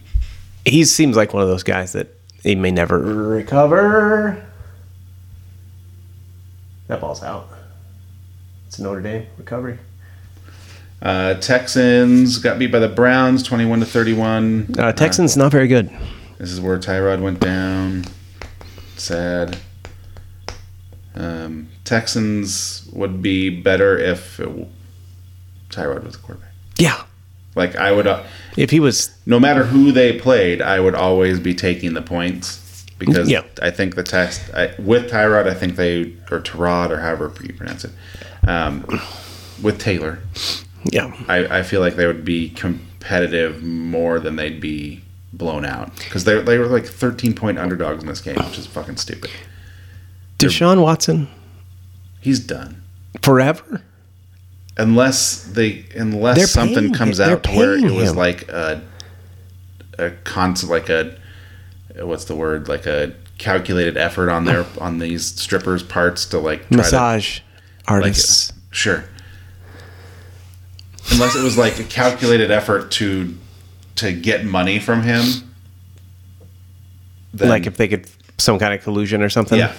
Speaker 1: he seems like one of those guys that he may never recover. That ball's out. It's Notre Dame recovery.
Speaker 2: Uh, Texans got beat by the Browns, 21 to 31.
Speaker 1: Uh, Texans not very good.
Speaker 2: This is where Tyrod went down. Sad. Um, Texans would be better if it w- Tyrod was the quarterback.
Speaker 1: Yeah.
Speaker 2: Like I would, uh,
Speaker 1: If he was,
Speaker 2: no matter who they played, I would always be taking the points because
Speaker 1: Yeah.
Speaker 2: I think the test I, with Tyrod, I think they or Tyrod or however you pronounce it, um, with Taylor,
Speaker 1: yeah,
Speaker 2: I, I feel like they would be competitive more than they'd be blown out because they they were like 13 point underdogs in this game, which is fucking stupid.
Speaker 1: Deshaun Watson
Speaker 2: He's done
Speaker 1: forever.
Speaker 2: unless they unless
Speaker 1: They're
Speaker 2: something
Speaker 1: paying-
Speaker 2: comes
Speaker 1: they're
Speaker 2: out to where it
Speaker 1: paying
Speaker 2: was
Speaker 1: him.
Speaker 2: like a a constant like a what's the word like a calculated effort on their on these strippers parts to like try to
Speaker 1: Massage artists.
Speaker 2: Sure. Unless it was like a calculated effort to to get money from him.
Speaker 1: Like,
Speaker 2: Then,
Speaker 1: if they could some kind of collusion or something.
Speaker 2: yeah.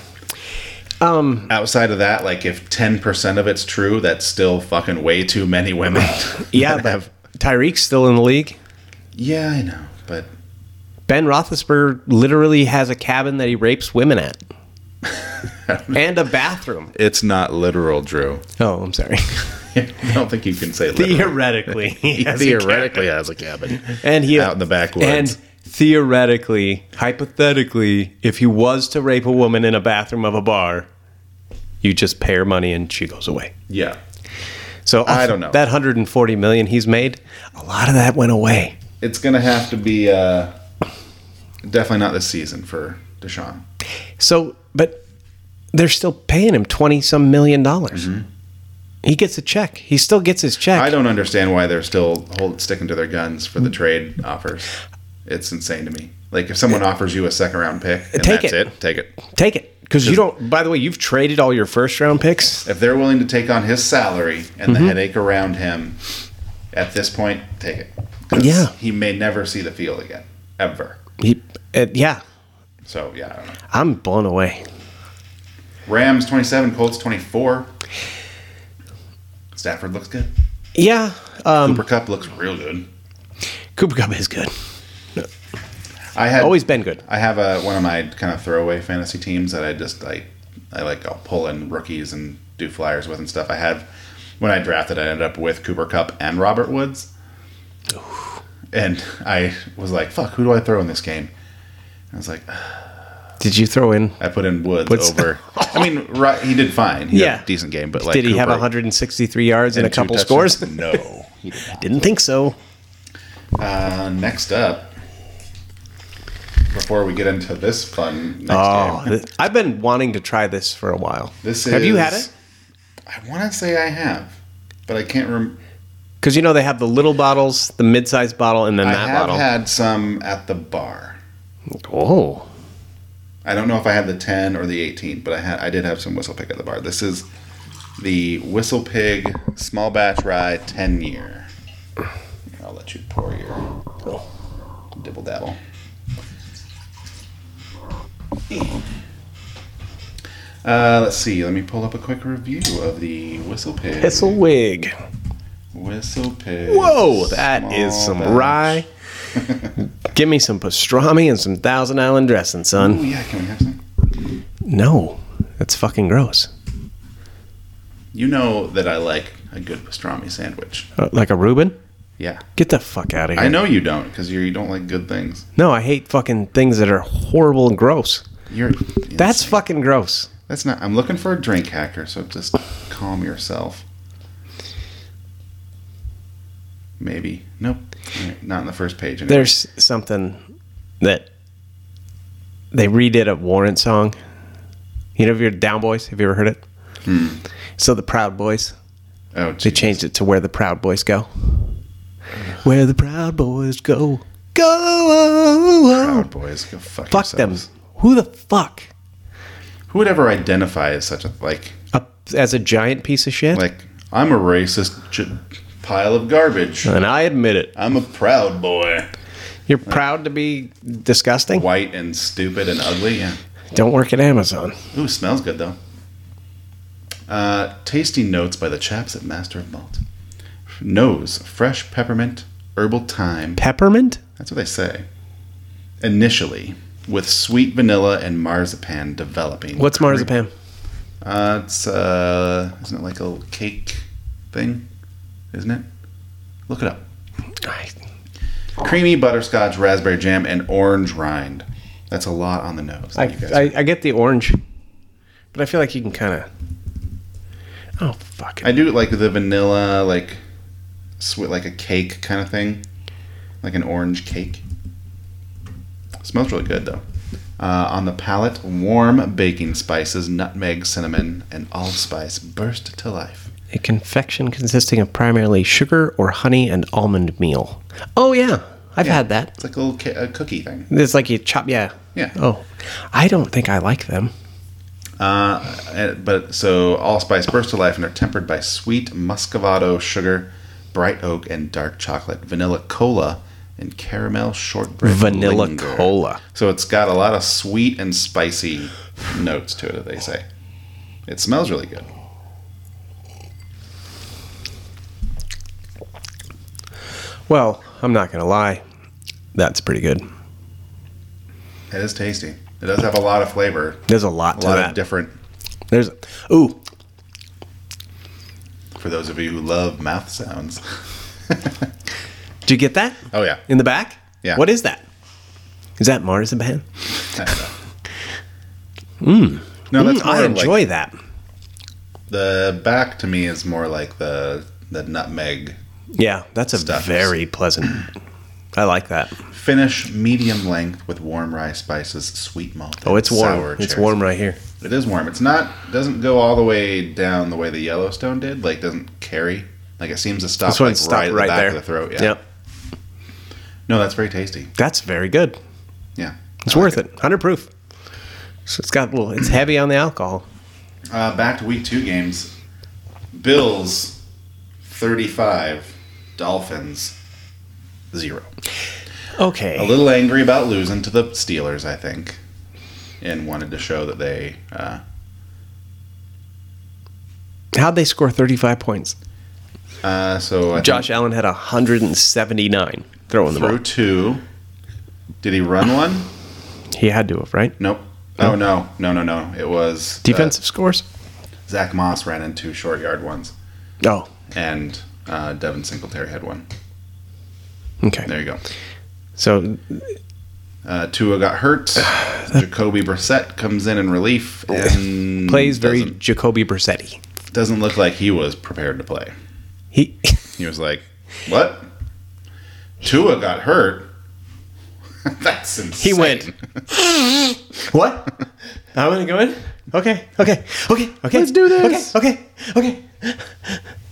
Speaker 2: Um outside of that, like if 10% of it's true, that's still fucking way too many women.
Speaker 1: yeah.
Speaker 2: that
Speaker 1: But
Speaker 2: have-
Speaker 1: Tyreek's still in the league.
Speaker 2: Yeah, I know, but
Speaker 1: Ben Roethlisberger literally has a cabin that he rapes women at, and a bathroom.
Speaker 2: it's not literal, Drew.
Speaker 1: Oh, I'm sorry.
Speaker 2: I don't think you can say literal.
Speaker 1: Theoretically, he
Speaker 2: He
Speaker 1: has a
Speaker 2: theoretically has a cabin.
Speaker 1: cabin. and he
Speaker 2: out in the backwoods.
Speaker 1: And theoretically, hypothetically, if he was to rape a woman in a bathroom of a bar, you just pay her money and she goes away.
Speaker 2: Yeah.
Speaker 1: So
Speaker 2: I don't know.
Speaker 1: that 140 million he's made. A lot of that went away.
Speaker 2: It's gonna have to be uh definitely not this season for Deshaun.
Speaker 1: So, but they're still paying him 20 some million dollars.
Speaker 2: Mm-hmm.
Speaker 1: He gets a check. He still gets his check.
Speaker 2: I don't understand why they're still hold, sticking to their guns for the trade offers. It's insane to me. Like if someone offers you a second round pick and
Speaker 1: Take
Speaker 2: that's
Speaker 1: it.
Speaker 2: it. take it.
Speaker 1: Take it. Because you don't, by the way, you've traded all your first round picks.
Speaker 2: If they're willing to take on his salary and the
Speaker 1: Mm-hmm.
Speaker 2: headache around him, at this point, take it. 'Cause
Speaker 1: Yeah.
Speaker 2: he may never see the field again, ever.
Speaker 1: He, uh, yeah,
Speaker 2: So yeah, I don't know.
Speaker 1: I'm blown away.
Speaker 2: Rams twenty seven, Colts twenty four. Stafford looks good.
Speaker 1: Yeah, um,
Speaker 2: Cooper Cup looks real good.
Speaker 1: Cooper Cup is good.
Speaker 2: I had
Speaker 1: Always been good.
Speaker 2: I have a one of my kind of throwaway fantasy teams that I just like. I like I'll pull in rookies and do flyers with and stuff. I had when I drafted, I ended up with Cooper Cup and Robert Woods, and I was like, "Fuck, who do I throw in this game?" I was like,
Speaker 1: Did you throw in?
Speaker 2: "I put in Woods,
Speaker 1: Woods.
Speaker 2: over." I mean, right, he did fine. He had
Speaker 1: Yeah.
Speaker 2: a decent game, but like,
Speaker 1: Did he have
Speaker 2: Cooper
Speaker 1: 163 yards and, a
Speaker 2: two
Speaker 1: couple
Speaker 2: touchdowns?
Speaker 1: scores?
Speaker 2: No.
Speaker 1: Didn't think so.
Speaker 2: Uh, next up, before we get into this fun next
Speaker 1: Oh,
Speaker 2: game,
Speaker 1: th- I've been wanting to try this for a while.
Speaker 2: This
Speaker 1: have you had
Speaker 2: is-
Speaker 1: it?
Speaker 2: I want to say I have, but I can't remember.
Speaker 1: Because you know they have the little bottles, the mid-sized bottle, and then
Speaker 2: I
Speaker 1: that
Speaker 2: have
Speaker 1: bottle.
Speaker 2: had some at the bar.
Speaker 1: oh,
Speaker 2: I don't know if I had the 10 or the 18, but I had I did have some Whistle Pig at the bar. This is the Whistle Pig Small Batch Rye 10 Year. I'll let you pour your dibble dabble. Uh, let's see. Let me pull up a quick review of the Whistle Pig.
Speaker 1: Pissel wig.
Speaker 2: Whistle Pig.
Speaker 1: Whoa, that is
Speaker 2: Small
Speaker 1: some
Speaker 2: Batch
Speaker 1: rye. Give me some pastrami and some Thousand Island dressing,
Speaker 2: Oh
Speaker 1: son.
Speaker 2: yeah, can we have some?
Speaker 1: No, that's fucking gross.
Speaker 2: You know that I like a good pastrami sandwich.
Speaker 1: Uh, like a Reuben?
Speaker 2: Yeah,
Speaker 1: Get the fuck out of here.
Speaker 2: I know you don't because you don't like good things.
Speaker 1: No, I hate fucking things that are horrible and gross.
Speaker 2: You're
Speaker 1: That's fucking gross.
Speaker 2: that's not. I'm looking for a drink hacker, so just calm yourself. Maybe nope, Alright, not on the first page. Anyway.
Speaker 1: There's something that they redid a Warrant song. Hmm. You know, if you're Down Boys, have you ever heard it? So the Proud Boys,
Speaker 2: Oh,
Speaker 1: They
Speaker 2: geez.
Speaker 1: changed it to where the Proud Boys go. Where the Proud Boys go. Go! oh,
Speaker 2: Proud Boys. Go fuck
Speaker 1: Fuck them.
Speaker 2: yourselves.
Speaker 1: Who the fuck?
Speaker 2: Who would ever identify as such a like
Speaker 1: A, as a giant piece of shit?
Speaker 2: like I'm a racist j- pile of garbage.
Speaker 1: and I admit it.
Speaker 2: I'm a proud boy,
Speaker 1: You're proud to be disgusting?
Speaker 2: white and stupid and ugly. Yeah.
Speaker 1: Don't work at Amazon.
Speaker 2: Ooh, smells good though. Uh, tasty notes by the chaps at Master of Malt. Nose, fresh peppermint, herbal thyme.
Speaker 1: Peppermint?
Speaker 2: That's what they say. Initially, with sweet vanilla and marzipan developing.
Speaker 1: What's marzipan?
Speaker 2: Uh, it's uh, isn't it like a little cake thing? Isn't it? Look it up. Creamy butterscotch, raspberry jam, and orange rind. That's a lot on the nose.
Speaker 1: I,
Speaker 2: that you guys-
Speaker 1: I, I get the orange, but I feel like you can kind of. Oh fuck!
Speaker 2: I
Speaker 1: it.
Speaker 2: do like the vanilla, like sweet, like a cake kind of thing, like an orange cake. Smells really good though. Uh, on the palate, warm baking spices, nutmeg, cinnamon, and allspice burst to life.
Speaker 1: A confection consisting of primarily sugar or honey and almond meal. Oh yeah, I've had that.
Speaker 2: It's like a little ca- a cookie thing.
Speaker 1: It's like you chop. Yeah.
Speaker 2: Yeah.
Speaker 1: Oh, I don't think I like them.
Speaker 2: Uh, and- but so allspice burst to life and are tempered by sweet muscovado sugar, bright oak, and dark chocolate, vanilla cola, and caramel shortbread.
Speaker 1: Vanilla
Speaker 2: linger.
Speaker 1: cola.
Speaker 2: So it's got a lot of sweet and spicy notes to it. They say it smells really good.
Speaker 1: Well, I'm not gonna lie, that's pretty good.
Speaker 2: It is tasty. It does have a lot of flavor.
Speaker 1: There's a lot
Speaker 2: A
Speaker 1: to
Speaker 2: lot
Speaker 1: that.
Speaker 2: of different.
Speaker 1: There's. Ooh,
Speaker 2: For those of you who love mouth sounds.
Speaker 1: did you get that
Speaker 2: Oh yeah.
Speaker 1: in the back?
Speaker 2: Yeah.
Speaker 1: What is that? Is that marzipan?
Speaker 2: I don't know. No, that's
Speaker 1: Mm,
Speaker 2: more
Speaker 1: I
Speaker 2: like-
Speaker 1: enjoy that.
Speaker 2: The back to me is more like the the nutmeg
Speaker 1: Yeah, that's a
Speaker 2: Stuff.
Speaker 1: very pleasant. I like that.
Speaker 2: finish, medium length with warm rye spices, sweet malt.
Speaker 1: Oh, it's
Speaker 2: and
Speaker 1: warm.
Speaker 2: sour
Speaker 1: it's
Speaker 2: cherries.
Speaker 1: warm right here.
Speaker 2: It is warm. It's not doesn't go all the way down the way the Yellowstone did. Like doesn't carry. Like it seems to stop
Speaker 1: This one
Speaker 2: like
Speaker 1: stopped right
Speaker 2: right, at the back
Speaker 1: there.
Speaker 2: of the throat. Yeah.
Speaker 1: Yep.
Speaker 2: No, that's very tasty.
Speaker 1: That's very good.
Speaker 2: Yeah.
Speaker 1: It's worth it. 100 proof. So it's got a little, it's heavy on the alcohol.
Speaker 2: Uh, back to week two games. Bills thirty five. Dolphins zero.
Speaker 1: Okay.
Speaker 2: a little angry about losing to the Steelers, I think, and wanted to show that they. Uh,
Speaker 1: How'd they score 35 points?
Speaker 2: uh, so I think
Speaker 1: Josh Allen had 179 throwing the
Speaker 2: threw
Speaker 1: ball.
Speaker 2: two. Did he run one?
Speaker 1: He had to have, right?
Speaker 2: Nope. Oh no, no, no, no! It was uh,
Speaker 1: Defensive scores?
Speaker 2: Zach Moss ran in two short yard ones,
Speaker 1: Oh,
Speaker 2: and uh, Devin Singletary had one.
Speaker 1: okay.
Speaker 2: There you go.
Speaker 1: So
Speaker 2: Uh, Tua got hurt. Jacoby Brissett comes in in relief and
Speaker 1: plays very
Speaker 2: doesn't,
Speaker 1: Jacoby Brissetti.
Speaker 2: doesn't look like he was prepared to play.
Speaker 1: He,
Speaker 2: He was like, "What? Tua got hurt? That's insane."
Speaker 1: He went. what? I'm gonna go in. Okay, okay, okay, okay.
Speaker 2: Let's do this.
Speaker 1: Okay, okay, okay.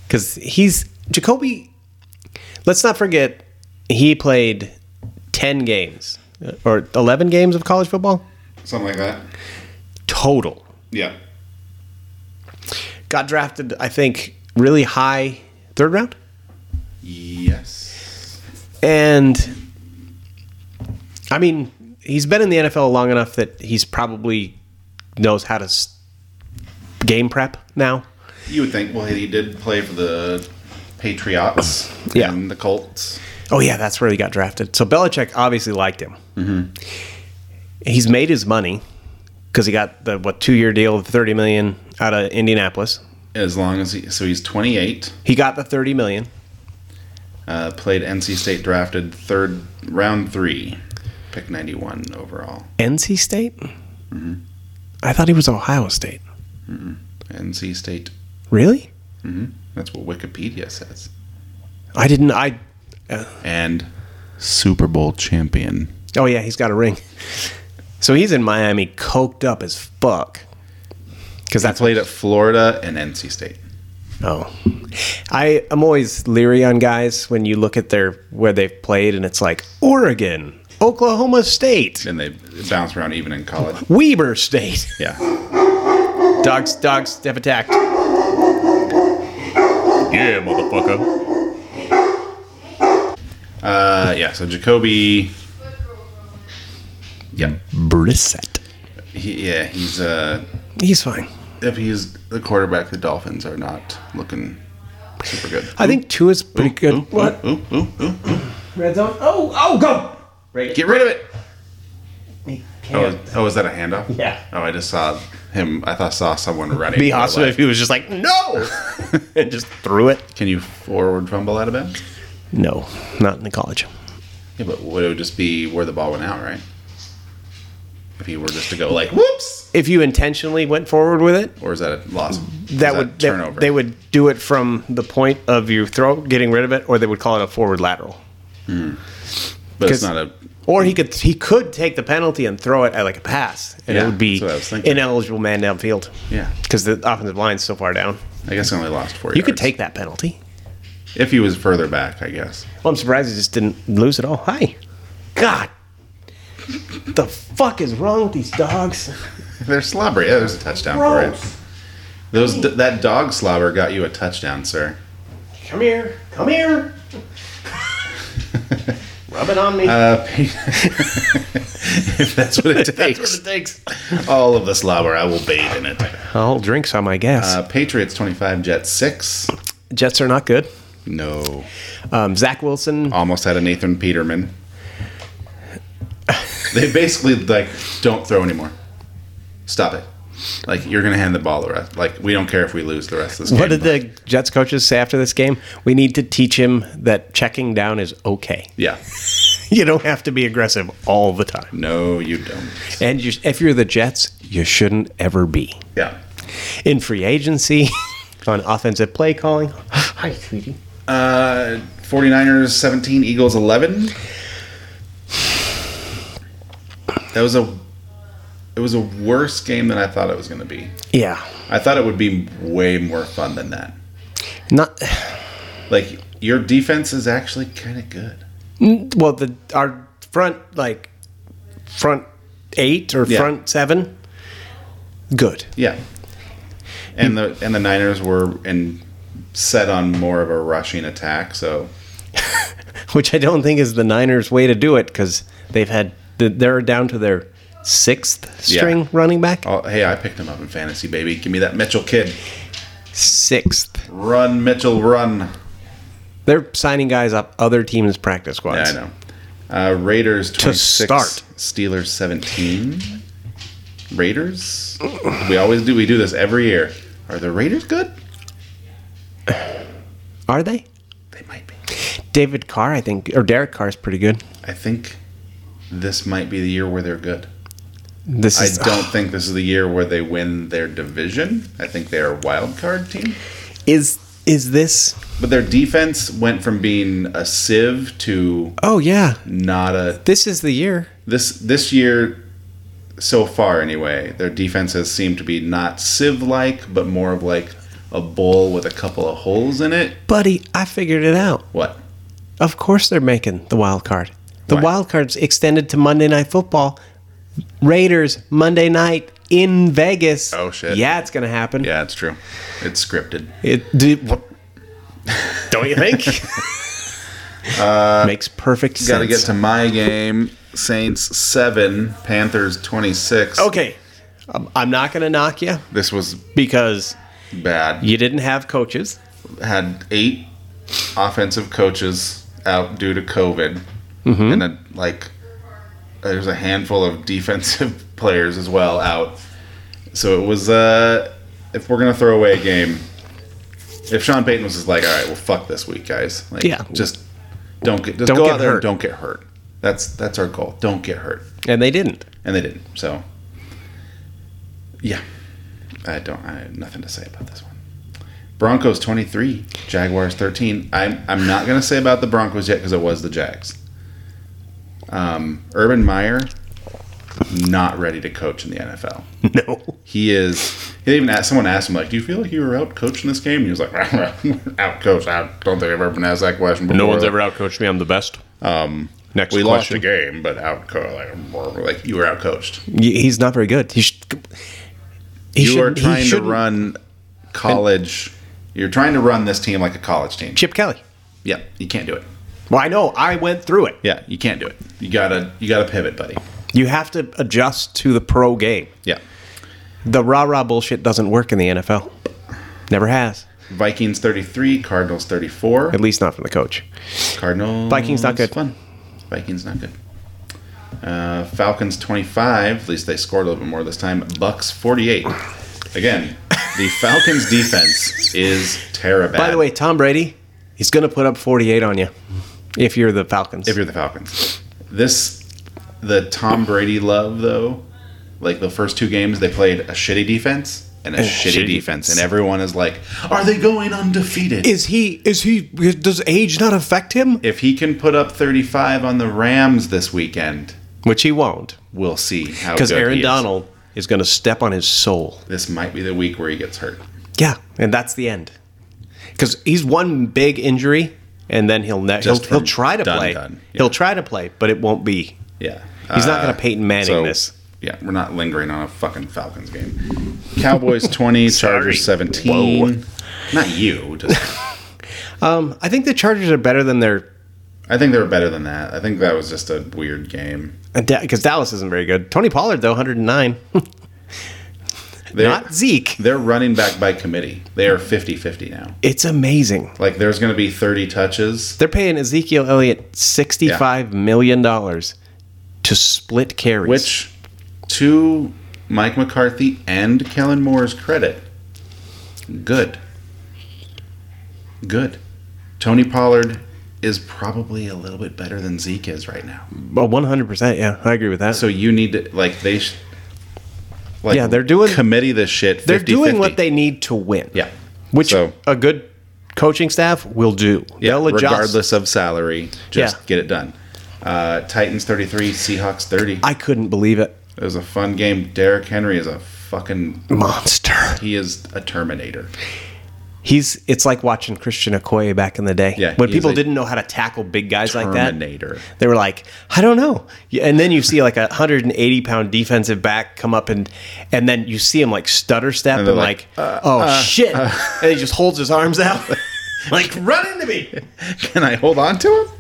Speaker 1: Because he's Jacoby. Let's not forget he played ten games uh, or eleven games of college football
Speaker 2: something like that.
Speaker 1: total.
Speaker 2: Yeah,
Speaker 1: Got drafted, I think, really high third round.
Speaker 2: yes,
Speaker 1: And I mean, he's been in the NFL long enough that he's probably knows how to s- game prep now.
Speaker 2: you would think. Well, he did play for the Patriots
Speaker 1: Yeah.
Speaker 2: and the Colts.
Speaker 1: Oh yeah, that's where he got drafted. So Belichick obviously liked him. He's made his money because he got the what two year deal, thirty million out of Indianapolis.
Speaker 2: As long as he, so he's 28.
Speaker 1: He got the thirty million.
Speaker 2: Uh, played NC State, drafted third round three, pick 91 overall.
Speaker 1: NC State. I thought he was Ohio State.
Speaker 2: NC State.
Speaker 1: Really?
Speaker 2: That's what Wikipedia says.
Speaker 1: I didn't. I.
Speaker 2: And Super Bowl champion.
Speaker 1: Oh yeah, he's got a ring. So he's in Miami, coked up as fuck. Because
Speaker 2: I
Speaker 1: that's
Speaker 2: played at Florida and NC State.
Speaker 1: Oh, I am always leery on guys when you look at their where they've played and it's like Oregon, Oklahoma State,
Speaker 2: and they bounce around even in college.
Speaker 1: Weber State.
Speaker 2: Yeah.
Speaker 1: Dogs, dogs have attacked.
Speaker 2: Yeah, motherfucker. Uh, yeah. So Jacoby. Yeah.
Speaker 1: Brissett.
Speaker 2: He, yeah. He's uh,
Speaker 1: He's fine.
Speaker 2: if he's the quarterback, the Dolphins are not looking super good.
Speaker 1: I think two is pretty good.
Speaker 2: Ooh,
Speaker 1: what?
Speaker 2: Ooh, ooh, ooh.
Speaker 4: Red zone. Oh, oh, go. Right.
Speaker 2: Get rid of it.
Speaker 4: He can't.
Speaker 2: Oh, oh, is that a handoff?
Speaker 4: Yeah.
Speaker 2: Oh, I just saw him. I thought saw someone running.
Speaker 1: Be awesome if he was just like no, and just threw it.
Speaker 2: Can you forward fumble out of bounds?
Speaker 1: No, not in the college.
Speaker 2: Yeah, but would it just be where the ball went out, right? If he were just to go like whoops,
Speaker 1: If you intentionally went forward with it,
Speaker 2: or is that a loss? Is
Speaker 1: that would
Speaker 2: a
Speaker 1: they-
Speaker 2: turnover.
Speaker 1: They, would do it from the point of you throw getting rid of it, or they would call it a forward lateral.
Speaker 2: but it's
Speaker 1: 'cause-
Speaker 2: not a.
Speaker 1: Or he could he could take the penalty and throw it at like a pass, and
Speaker 2: Yeah,
Speaker 1: it would be
Speaker 2: that's what I was thinking.
Speaker 1: ineligible man downfield.
Speaker 2: Yeah.
Speaker 1: because the offensive line's so far down.
Speaker 2: I guess I only lost four.
Speaker 1: You could
Speaker 2: yards.
Speaker 1: take that penalty.
Speaker 2: if he was further back. I guess.
Speaker 1: Well, I'm surprised he just didn't lose it all. Hi, God, the fuck is wrong with these dogs?
Speaker 2: They're slobbery. Yeah, there's a touchdown for
Speaker 4: Gross.
Speaker 2: it. Those that dog slobber got you a touchdown, sir.
Speaker 3: Come here. Come here. Rub it on me.
Speaker 2: Uh, if that's what it takes,
Speaker 1: Thanks.
Speaker 2: all of the slobber, I will bathe in it.
Speaker 1: I'll drink some, I guess.
Speaker 2: Uh, Patriots 25, Jets 6.
Speaker 1: Jets are not good.
Speaker 2: No.
Speaker 1: Um, Zach Wilson.
Speaker 2: Almost had a Nathan Peterman. they basically, like, don't throw anymore. Stop it. Like, you're going to hand the ball the rest. Like, we don't care if we lose the rest of this
Speaker 1: What
Speaker 2: game.
Speaker 1: did the Jets coaches say after this game? We need to teach him that checking down is okay.
Speaker 2: Yeah.
Speaker 1: You don't have to be aggressive all the time.
Speaker 2: No, you don't.
Speaker 1: And you, if you're the Jets, you shouldn't ever be
Speaker 2: Yeah.
Speaker 1: in free agency, on offensive play calling. Hi, sweetie.
Speaker 2: Uh, 49ers 17, Eagles 11. That was a. It was a worse game than I thought it was going to be.
Speaker 1: Yeah,
Speaker 2: I thought it would be way more fun than that.
Speaker 1: not
Speaker 2: like your defense is actually kind of good.
Speaker 1: well. The our front like front eight or
Speaker 2: Yeah.
Speaker 1: front seven. Good.
Speaker 2: Yeah. And the and the Niners were in set on more of a rushing attack, so
Speaker 1: which I don't think is the Niners' way to do it because they've had they're down to their sixth
Speaker 2: Yeah.
Speaker 1: string running back.
Speaker 2: oh, hey, I picked him up in fantasy, baby. Give me that Mitchell kid.
Speaker 1: Sixth,
Speaker 2: Run, Mitchell, run.
Speaker 1: they're signing guys up other teams' practice
Speaker 2: Yeah,
Speaker 1: squads.
Speaker 2: I know. Uh, Raiders twenty six,
Speaker 1: start.
Speaker 2: Steelers seventeen. Raiders. We always do. We do this every year. Are the Raiders good?
Speaker 1: Are they?
Speaker 2: They might be.
Speaker 1: David Carr, I think, or Derek Carr is pretty good.
Speaker 2: I think this might be the year where they're good.
Speaker 1: This
Speaker 2: I
Speaker 1: is
Speaker 2: don't think this is the year where they win their division. I think they're a wild card team.
Speaker 1: is is this?
Speaker 2: But their defense went from being a sieve to
Speaker 1: Oh yeah,
Speaker 2: not a
Speaker 1: this is the year.
Speaker 2: this this year so far anyway. Their defense has seemed to be not sieve like, but more of like a bowl with a couple of holes in it.
Speaker 1: Buddy, I figured it out.
Speaker 2: What?
Speaker 1: Of course they're making the wild card. The
Speaker 2: Why?
Speaker 1: wild card's extended to Monday Night Football. Raiders Monday night in Vegas.
Speaker 2: Oh, shit.
Speaker 1: Yeah, it's gonna happen.
Speaker 2: Yeah, it's true. It's scripted.
Speaker 1: It did, don't you think? Uh, Makes perfect sense.
Speaker 2: Got to get to my game. Saints 7, Panthers 26.
Speaker 1: okay. Um, I'm not going to knock you
Speaker 2: This was
Speaker 1: because
Speaker 2: bad.
Speaker 1: you didn't have coaches.
Speaker 2: had eight offensive coaches out due to COVID,
Speaker 1: Mm-hmm.
Speaker 2: and a, like there's a handful of defensive players as well out. So it was uh, if we're gonna throw away a game, if Sean Payton was just like, all right, well, fuck this week, guys. Like,
Speaker 1: Yeah.
Speaker 2: just don't get just
Speaker 1: Don't
Speaker 2: go
Speaker 1: get
Speaker 2: out there
Speaker 1: hurt.
Speaker 2: and don't get hurt. That's that's our goal. Don't get hurt,
Speaker 1: And they didn't.
Speaker 2: and they didn't. So yeah, I don't. I have nothing to say about this one. Broncos 23, Jaguars 13. I'm, I'm not going to say about the Broncos yet because it was the Jags. Um, Urban Meyer not ready to coach in the NFL.
Speaker 1: No.
Speaker 2: He is. He even asked someone asked him like, "Do you feel like you were out coached in this game?" And he was like, "Out coached? I don't think I've ever been asked that question before."
Speaker 1: No one's ever outcoached me. I'm the best. Um, Next
Speaker 2: We lost
Speaker 1: question.
Speaker 2: a game, but out co- like, like you were out coached.
Speaker 1: Y- He's not very good. He should. He
Speaker 2: you are
Speaker 1: shouldn't- he
Speaker 2: trying to
Speaker 1: shouldn't-
Speaker 2: run college. You're trying to run this team like a college team.
Speaker 1: Chip Kelly.
Speaker 2: Yeah, you can't do it.
Speaker 1: Well, I know. I went through it.
Speaker 2: Yeah, you can't do it. You gotta you gotta pivot, buddy.
Speaker 1: You have to adjust to the pro game.
Speaker 2: Yeah.
Speaker 1: The rah rah bullshit doesn't work in the NFL. Never has.
Speaker 2: Vikings 33, Cardinals 34.
Speaker 1: At least not from the coach.
Speaker 2: Cardinals.
Speaker 1: Vikings not good.
Speaker 2: Fun. Vikings not good. Uh, Falcons 25. At least they scored a little bit more this time. Bucks 48. Again, the Falcons defense is terrible.
Speaker 1: By the way, Tom Brady, he's going to put up 48 on you if you're the Falcons.
Speaker 2: if you're the Falcons, this the Tom Brady love though. Like the first two games, they played a shitty defense and a shitty,
Speaker 1: Oh, shitty
Speaker 2: defense, and everyone is like, "Are they going undefeated?"
Speaker 1: is he, is he, does age not affect him?
Speaker 2: if he can put up 35 on the Rams this weekend,
Speaker 1: Which he won't
Speaker 2: we'll see how.
Speaker 1: because
Speaker 2: good
Speaker 1: Aaron
Speaker 2: he is.
Speaker 1: Donald is going to step on his soul.
Speaker 2: this might be the week where he gets hurt.
Speaker 1: Yeah. And that's the end. Because he's one big injury and then he'll, ne- he'll,
Speaker 2: Just
Speaker 1: he'll
Speaker 2: from
Speaker 1: try to
Speaker 2: done,
Speaker 1: play.
Speaker 2: done. Yeah.
Speaker 1: He'll try to play, but it won't be.
Speaker 2: Yeah, Uh,
Speaker 1: He's not gonna Peyton Manning this.
Speaker 2: Yeah, we're not lingering on a fucking Falcons game. Cowboys 20, Chargers 17. Not you. Just,
Speaker 1: I think the Chargers are better than their
Speaker 2: I think they were better than that. I think that was just a weird game.
Speaker 1: because uh, Dallas isn't very good. Tony Pollard though, 109.
Speaker 2: They're,
Speaker 1: Not Zeke.
Speaker 2: They're running back by committee. They are 50-50 now.
Speaker 1: It's amazing.
Speaker 2: Like there's going to be 30 touches.
Speaker 1: They're paying Ezekiel Elliott sixty-five million dollars to split carries.
Speaker 2: Which, to Mike McCarthy and Kellen Moore's credit, good. Good. Tony Pollard is probably a little bit better than Zeke is right now.
Speaker 1: well, Oh, one hundred percent. Yeah, I agree with that.
Speaker 2: So you need to like they, sh- like
Speaker 1: Yeah, they're doing-
Speaker 2: committee this shit.
Speaker 1: they're
Speaker 2: 50-50.
Speaker 1: doing what they need to win.
Speaker 2: yeah,
Speaker 1: which
Speaker 2: So-
Speaker 1: a good coaching staff will do.
Speaker 2: yeah
Speaker 1: They'll adjust.
Speaker 2: regardless of salary, just
Speaker 1: Yeah.
Speaker 2: get it done. Uh, Titans thirty three, Seahawks thirty.
Speaker 1: I couldn't believe it.
Speaker 2: It was a fun game. Derrick Henry is a fucking
Speaker 1: Monster.
Speaker 2: he is a Terminator.
Speaker 1: He's. It's like watching Christian Okoye back in the day.
Speaker 2: Yeah,
Speaker 1: when
Speaker 2: he is
Speaker 1: people
Speaker 2: a
Speaker 1: didn't know how to tackle big guys like that.
Speaker 2: Terminator.
Speaker 1: They were like, I don't know. Yeah, And then you see like a 180 pound defensive back come up and and then you see him like stutter step and,
Speaker 2: they're
Speaker 1: like,
Speaker 2: like, "Uh,
Speaker 1: oh shit. and he just holds his arms out. like, run into me.
Speaker 2: Can I hold on to him?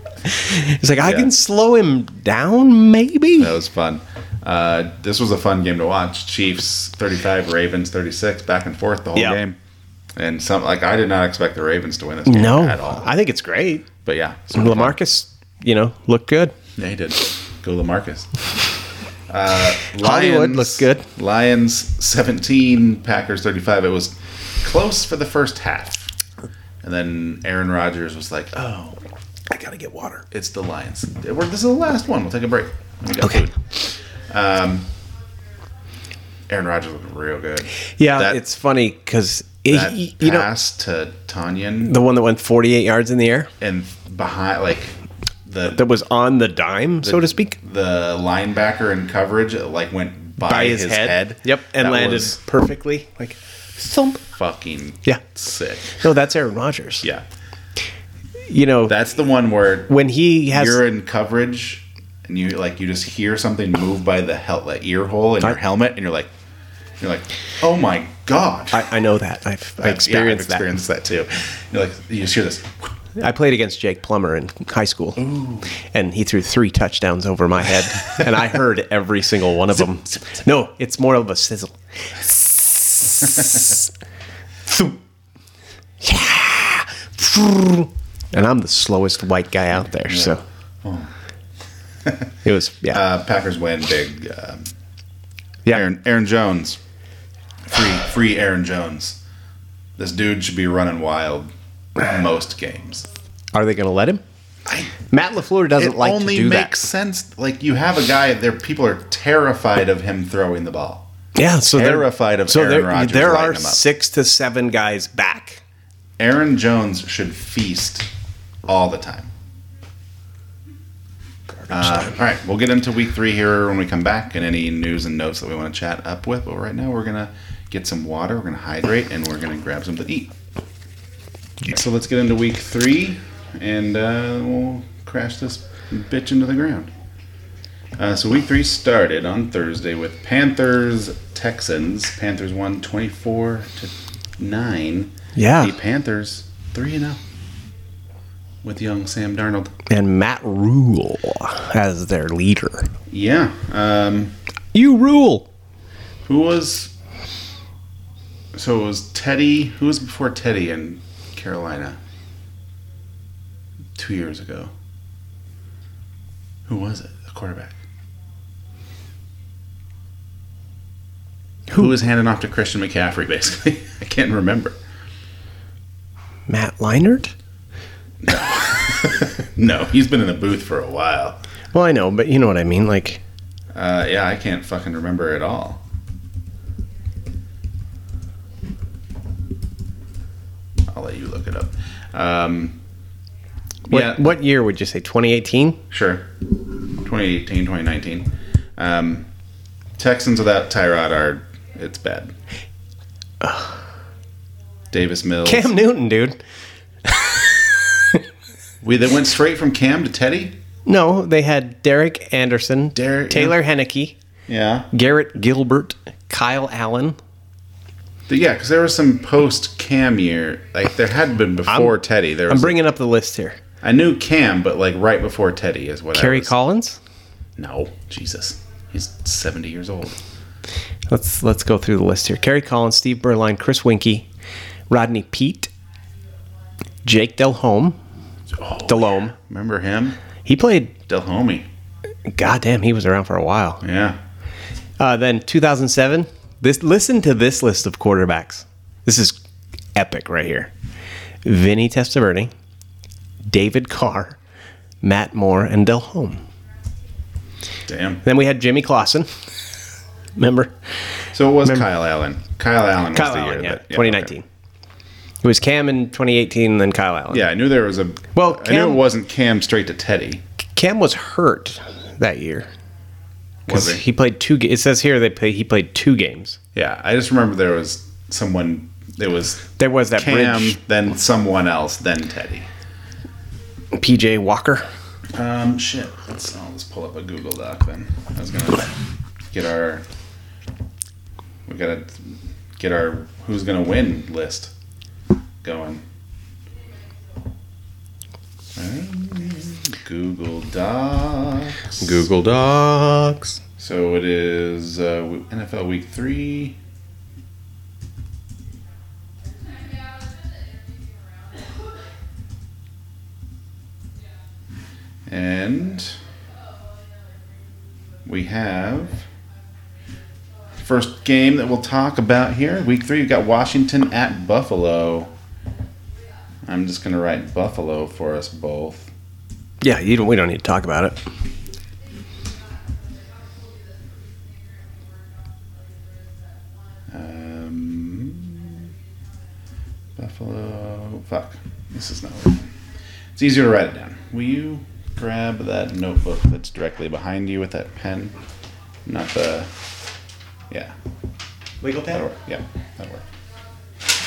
Speaker 1: He's like, I can slow him down maybe.
Speaker 2: That was fun. Uh, this was a fun game to watch. Chiefs 35, Ravens 36, back and forth the whole
Speaker 1: Yeah.
Speaker 2: game. And some like I did not expect the Ravens to win this game
Speaker 1: No,
Speaker 2: at all.
Speaker 1: I think it's great.
Speaker 2: But yeah, super fun.
Speaker 1: Lamarcus, you know, looked good.
Speaker 2: They did. Go Lamarcus. Uh,
Speaker 1: Hollywood looks good.
Speaker 2: Lions 17, Packers 35. It was close for the first half. And then Aaron Rodgers was like, oh,
Speaker 1: I gotta get water.
Speaker 2: it's the Lions. We're, this is the last one. We'll take a break. We got
Speaker 1: Okay.
Speaker 2: food. Um, Aaron Rodgers looked real good.
Speaker 1: Yeah,
Speaker 2: That-
Speaker 1: it's funny because
Speaker 2: That
Speaker 1: you know
Speaker 2: pass to Tanyan
Speaker 1: the one that went 48 yards in the air
Speaker 2: and behind, like, the,
Speaker 1: that was on the dime, so to speak.
Speaker 2: the linebacker in coverage, like, went by,
Speaker 1: by his, head. Yep, and
Speaker 2: That
Speaker 1: landed
Speaker 2: was-
Speaker 1: perfectly. Like thump.
Speaker 2: fucking
Speaker 1: Yeah.
Speaker 2: sick.
Speaker 1: No, that's Aaron Rodgers.
Speaker 2: Yeah,
Speaker 1: You know
Speaker 2: that's the one where
Speaker 1: when he has
Speaker 2: you're in coverage and you like you just hear something move by the hel- like, ear hole in your
Speaker 1: I-
Speaker 2: helmet, and you're like, you're like, oh my god.
Speaker 1: I, I know that. I've, I
Speaker 2: I've- yeah, I've
Speaker 1: experienced that.
Speaker 2: experienced that. too. You're like, you just hear this.
Speaker 1: I played against Jake Plummer in high school, and he threw three touchdowns over my head, and I heard every single one of them. No, it's more of a sizzle. Thump. yeah, and I'm the slowest white guy out there, so it was yeah,
Speaker 2: Uh, Packers win big. Um,
Speaker 1: yeah.
Speaker 2: Aaron, Aaron Jones, free free Aaron Jones. This dude should be running wild most games.
Speaker 1: Are they going to let him?
Speaker 2: I
Speaker 1: Matt Lafleur doesn't
Speaker 2: it
Speaker 1: like
Speaker 2: only
Speaker 1: to do
Speaker 2: makes sense. Like you have a guy there, people are terrified of him throwing the ball.
Speaker 1: that. Yeah, so they're-
Speaker 2: terrified of
Speaker 1: so
Speaker 2: Aaron
Speaker 1: there,
Speaker 2: Rodgers
Speaker 1: There
Speaker 2: lighting
Speaker 1: are
Speaker 2: him up.
Speaker 1: six to seven guys back.
Speaker 2: Aaron Jones should feast all the time. Uh, all right, we'll get into week three here when we come back, and any news and notes that we want to chat up with. But right now, we're gonna get some water, we're gonna hydrate, and we're gonna grab something to eat. So let's get into week three, and uh, we'll crash this bitch into the ground. Uh, so week three started on Thursday with Panthers Texans. Panthers won twenty four to nine.
Speaker 1: Yeah.
Speaker 2: the Panthers three and zero with young Sam Darnold.
Speaker 1: And Matt Rule as their leader.
Speaker 2: Yeah. Um,
Speaker 1: You rule.
Speaker 2: who was? So it was Teddy. Who was before Teddy in Carolina? Two years ago. Who was it? The quarterback. Who was handing off to Christian McCaffrey? Basically, I can't remember.
Speaker 1: Matt Leinart?
Speaker 2: No, he's been in the booth for a while.
Speaker 1: Well, I know, but you know what I mean. Like,
Speaker 2: Uh, yeah, I can't fucking remember at all. I'll let you look it up. Um,
Speaker 1: what,
Speaker 2: yeah,
Speaker 1: what year would you say? 2018?
Speaker 2: sure. 2018, 2019. Um, Texans without Tyrod are, it's bad. Davis Mills.
Speaker 1: Cam Newton, dude.
Speaker 2: We, they went straight from Cam to Teddy?
Speaker 1: No, they had Derek Anderson,
Speaker 2: Derek-
Speaker 1: Taylor Henneke,
Speaker 2: Yeah.
Speaker 1: Garrett Gilbert, Kyle Allen.
Speaker 2: Yeah, because there was some post Cam year. Like, there had been before Teddy. There was
Speaker 1: I'm bringing up the list here.
Speaker 2: I knew Cam, but like right before Teddy is what I
Speaker 1: Kerry
Speaker 2: was.
Speaker 1: Collins.
Speaker 2: No, Jesus, he's seventy years old.
Speaker 1: Let's let's go through the list here. Kerry Collins, Steve Berline, Chris Winkie, Rodney Pete, Jake Delhomme.
Speaker 2: Oh,
Speaker 1: Delhomme.
Speaker 2: remember him?
Speaker 1: He played.
Speaker 2: Delhomie.
Speaker 1: Goddamn, he was around for a while.
Speaker 2: Yeah,
Speaker 1: Uh, then 2007. This listen to this list of quarterbacks. This is epic right here. Vinny Testaverde, David Carr, Matt Moore, and Delhomme.
Speaker 2: damn.
Speaker 1: Then we had Jimmy Clausen. Remember?
Speaker 2: So it was Kyle Allen. Kyle Allen was
Speaker 1: Kyle
Speaker 2: the year.
Speaker 1: Allen, yeah,
Speaker 2: that- yeah,
Speaker 1: 2019.
Speaker 2: okay.
Speaker 1: It was Cam in 2018, and then Kyle Allen.
Speaker 2: Yeah, I knew there was a.
Speaker 1: Well,
Speaker 2: I knew
Speaker 1: Cam-
Speaker 2: it wasn't Cam straight to Teddy.
Speaker 1: Cam was hurt that year
Speaker 2: Was
Speaker 1: because
Speaker 2: he?
Speaker 1: he? played two. ga- It says here they play, he played two games.
Speaker 2: Yeah, I just remember there was someone. It was
Speaker 1: There was that
Speaker 2: Cam,
Speaker 1: bridge,
Speaker 2: then someone else, then Teddy.
Speaker 1: PJ Walker.
Speaker 2: Um, shit. Let's I'll just pull up a Google Doc then. I was gonna get our. We gotta get our who's gonna win list going. Alright, Google Docs.
Speaker 1: Google Docs.
Speaker 2: So it is uh, w- NFL Week Three. And we have first game that we'll talk about here. Week three, we've got Washington at Buffalo. I'm just gonna write Buffalo for us both.
Speaker 1: Yeah, you don't. We don't need to talk about it.
Speaker 2: Um, Buffalo. Fuck. This is not working. It's easier to write it down. Will you grab that notebook that's directly behind you with that pen? Not the. Yeah.
Speaker 1: Legal
Speaker 2: That'll work. Yeah. That'll work.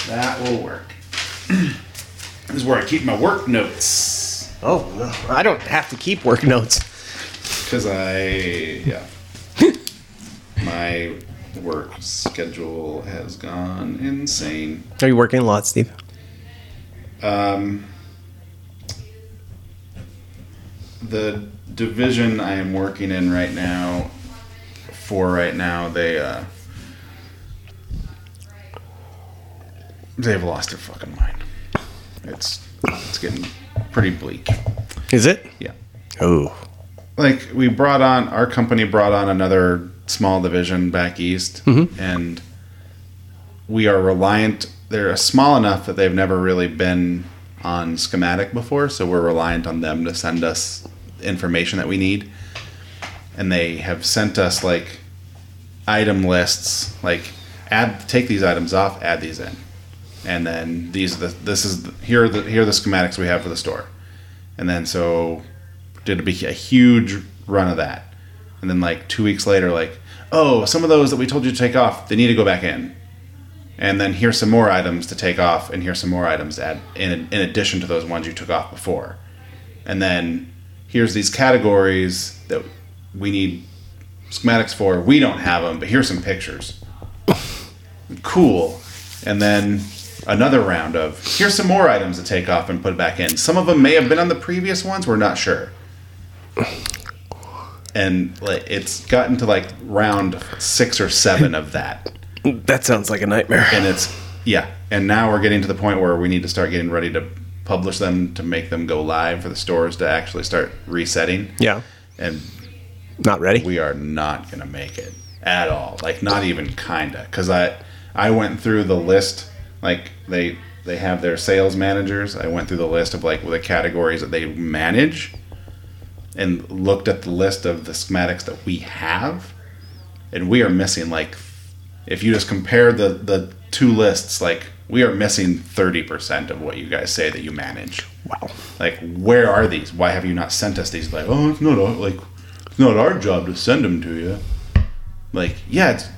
Speaker 2: That will work. this is where I keep my work notes.
Speaker 1: Oh no, I don't have to keep work notes.
Speaker 2: Because I. Yeah. my work schedule has gone insane.
Speaker 1: Are you working a lot, Steve?
Speaker 2: Um, the division I am working in right now, for right now, they uh, they've lost their fucking mind. It's it's getting pretty bleak.
Speaker 1: Is it?
Speaker 2: Yeah
Speaker 1: Oh,
Speaker 2: like we brought on our company brought on another small division back east and we are reliant they're small enough that they've never really been on schematic before so we're reliant on them to send us information that we need and they have sent us like item lists like add take these items off add these in and then these are the this is the, here are the here are the schematics we have for the store and then so did a, big- a huge run of that. And then like two weeks later, like, oh, some of those that we told you to take off, they need to go back in. And then here's some more items to take off, and here's some more items to add in, in addition to those ones you took off before. And then here's these categories that we need schematics for. We don't have them, but here's some pictures. cool. And then another round of here's some more items to take off and put back in. Some of them may have been on the previous ones. We're not sure. And like, it's gotten to like round six or seven of that.
Speaker 1: That sounds like a nightmare.
Speaker 2: And it's, yeah. And now we're getting to the point where we need to start getting ready to publish them to make them go live for the stores to actually start resetting.
Speaker 1: Yeah.
Speaker 2: And
Speaker 1: Not ready.
Speaker 2: we are not going to make it at all. Like not even kinda cuz I I went through the list like they they have their sales managers. I went through the list of like the categories that they manage and looked at the list of the schematics that we have and we are missing like if you just compare the the two lists like we are missing 30% of what you guys say that you manage
Speaker 1: wow.
Speaker 2: like where are these why have you not sent us these like oh it's not our, like it's not our job to send them to you like yeah it's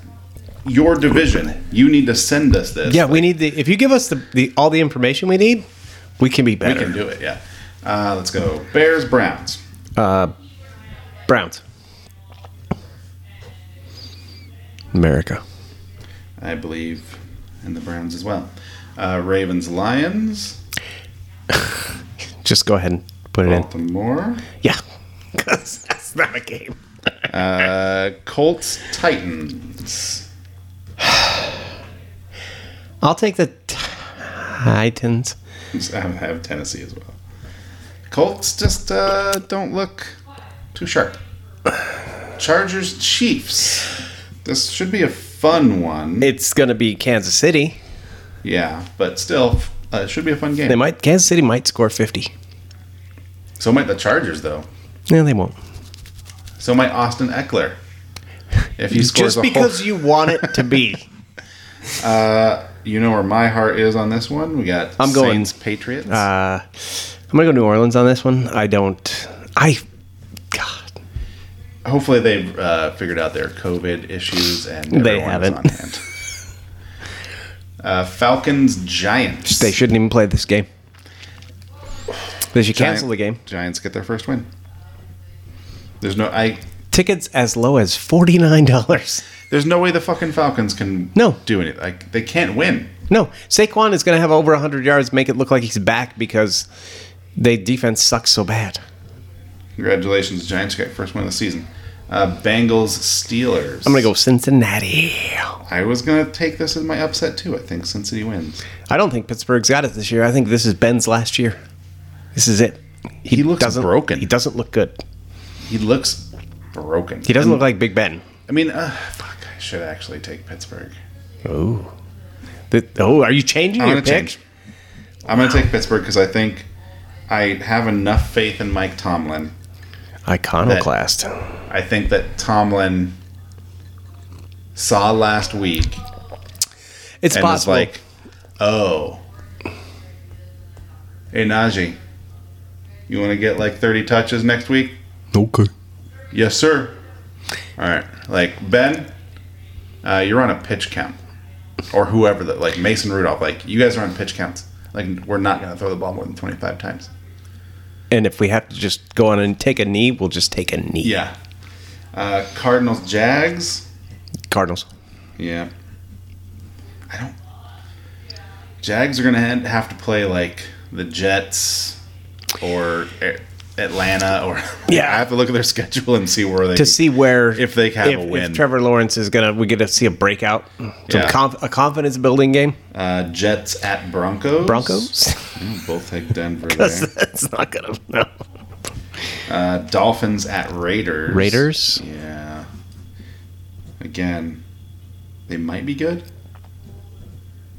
Speaker 2: your division you need to send us this
Speaker 1: Yeah, we need the. If you give us the, the all the information we need, we can be
Speaker 2: we
Speaker 1: better.
Speaker 2: can do it yeah uh, let's go bears browns
Speaker 1: Browns. America.
Speaker 2: i believe and the browns as well uh, ravens lions
Speaker 1: Just go ahead and put it in.
Speaker 2: baltimore
Speaker 1: Yeah. Because Oh. that's not a game.
Speaker 2: uh, colts titans
Speaker 1: I'll take the Titans.
Speaker 2: i have tennessee as well colts just uh, don't look too sharp chargers chiefs this should be a fun one
Speaker 1: It's going to be Kansas City.
Speaker 2: Yeah, but still, uh, it should be a fun game.
Speaker 1: They might. Kansas City might score 50.
Speaker 2: so might the Chargers, though.
Speaker 1: No, they won't.
Speaker 2: So might Austin Eckler. If he
Speaker 1: Just
Speaker 2: scores a
Speaker 1: because
Speaker 2: whole,
Speaker 1: you want it to be.
Speaker 2: you know where my heart is on this one. We got
Speaker 1: I'm going-
Speaker 2: Saints Patriots.
Speaker 1: Uh, I'm going to go New Orleans on this one. I don't. I. God.
Speaker 2: Hopefully, they've uh, figured out their COVID issues and
Speaker 1: They
Speaker 2: everyone is
Speaker 1: haven't.
Speaker 2: on hand. Uh, Falcons Giants.
Speaker 1: They shouldn't even play this game. They should
Speaker 2: Giant-
Speaker 1: cancel the game.
Speaker 2: Giants get their first win. There's no I.
Speaker 1: Tickets as low as $49.
Speaker 2: There's no way the fucking Falcons can
Speaker 1: No.
Speaker 2: do anything. Like they can't win.
Speaker 1: No, Saquon is going to have over 100 yards, make it look like he's back because they defense sucks so bad.
Speaker 2: Congratulations, Giants got first win of the season. Uh, Bengals Steelers.
Speaker 1: I'm going to go Cincinnati.
Speaker 2: I was gonna take this as my upset too. I think Cincinnati wins.
Speaker 1: I don't think Pittsburgh's got it this year. I think this is Ben's last year. This is it.
Speaker 2: He looks
Speaker 1: doesn't,
Speaker 2: broken.
Speaker 1: He doesn't look good.
Speaker 2: He looks broken.
Speaker 1: He doesn't look like Big Ben.
Speaker 2: I mean, uh, fuck. I should actually take Pittsburgh.
Speaker 1: Oh. The, oh, are you changing
Speaker 2: I'm
Speaker 1: your
Speaker 2: gonna
Speaker 1: pick?
Speaker 2: change. I'm gonna take Pittsburgh because I think I have enough faith in Mike Tomlin.
Speaker 1: Iconoclast.
Speaker 2: I think that Tomlin saw last week
Speaker 1: it's
Speaker 2: and
Speaker 1: possible.
Speaker 2: was like, "Oh, hey Najee, you want to get like 30 touches next week?
Speaker 1: okay.
Speaker 2: Yes, sir. All right, like Ben, uh, you're on a pitch count, or whoever that like Mason Rudolph. Like you guys are on pitch counts. Like we're not gonna throw the ball more than 25 times.
Speaker 1: And if we have to just go on and take a knee, we'll just take a knee.
Speaker 2: Yeah. Uh, Cardinals Jags.
Speaker 1: Cardinals.
Speaker 2: Yeah. I don't. Jags are going to have to play like the Jets or A- Atlanta or.
Speaker 1: Yeah.
Speaker 2: I have to look at their schedule and see where they.
Speaker 1: to see where
Speaker 2: If they have a win.
Speaker 1: Trevor Lawrence is gonna, we get to see a breakout, some
Speaker 2: Yeah.
Speaker 1: conf, a confidence building game.
Speaker 2: Uh, Jets at Broncos.
Speaker 1: Broncos,
Speaker 2: Ooh, Both take Denver there.
Speaker 1: that's not gonna. No.
Speaker 2: Uh, Dolphins at Raiders.
Speaker 1: Raiders?
Speaker 2: Yeah. Again, they might be good.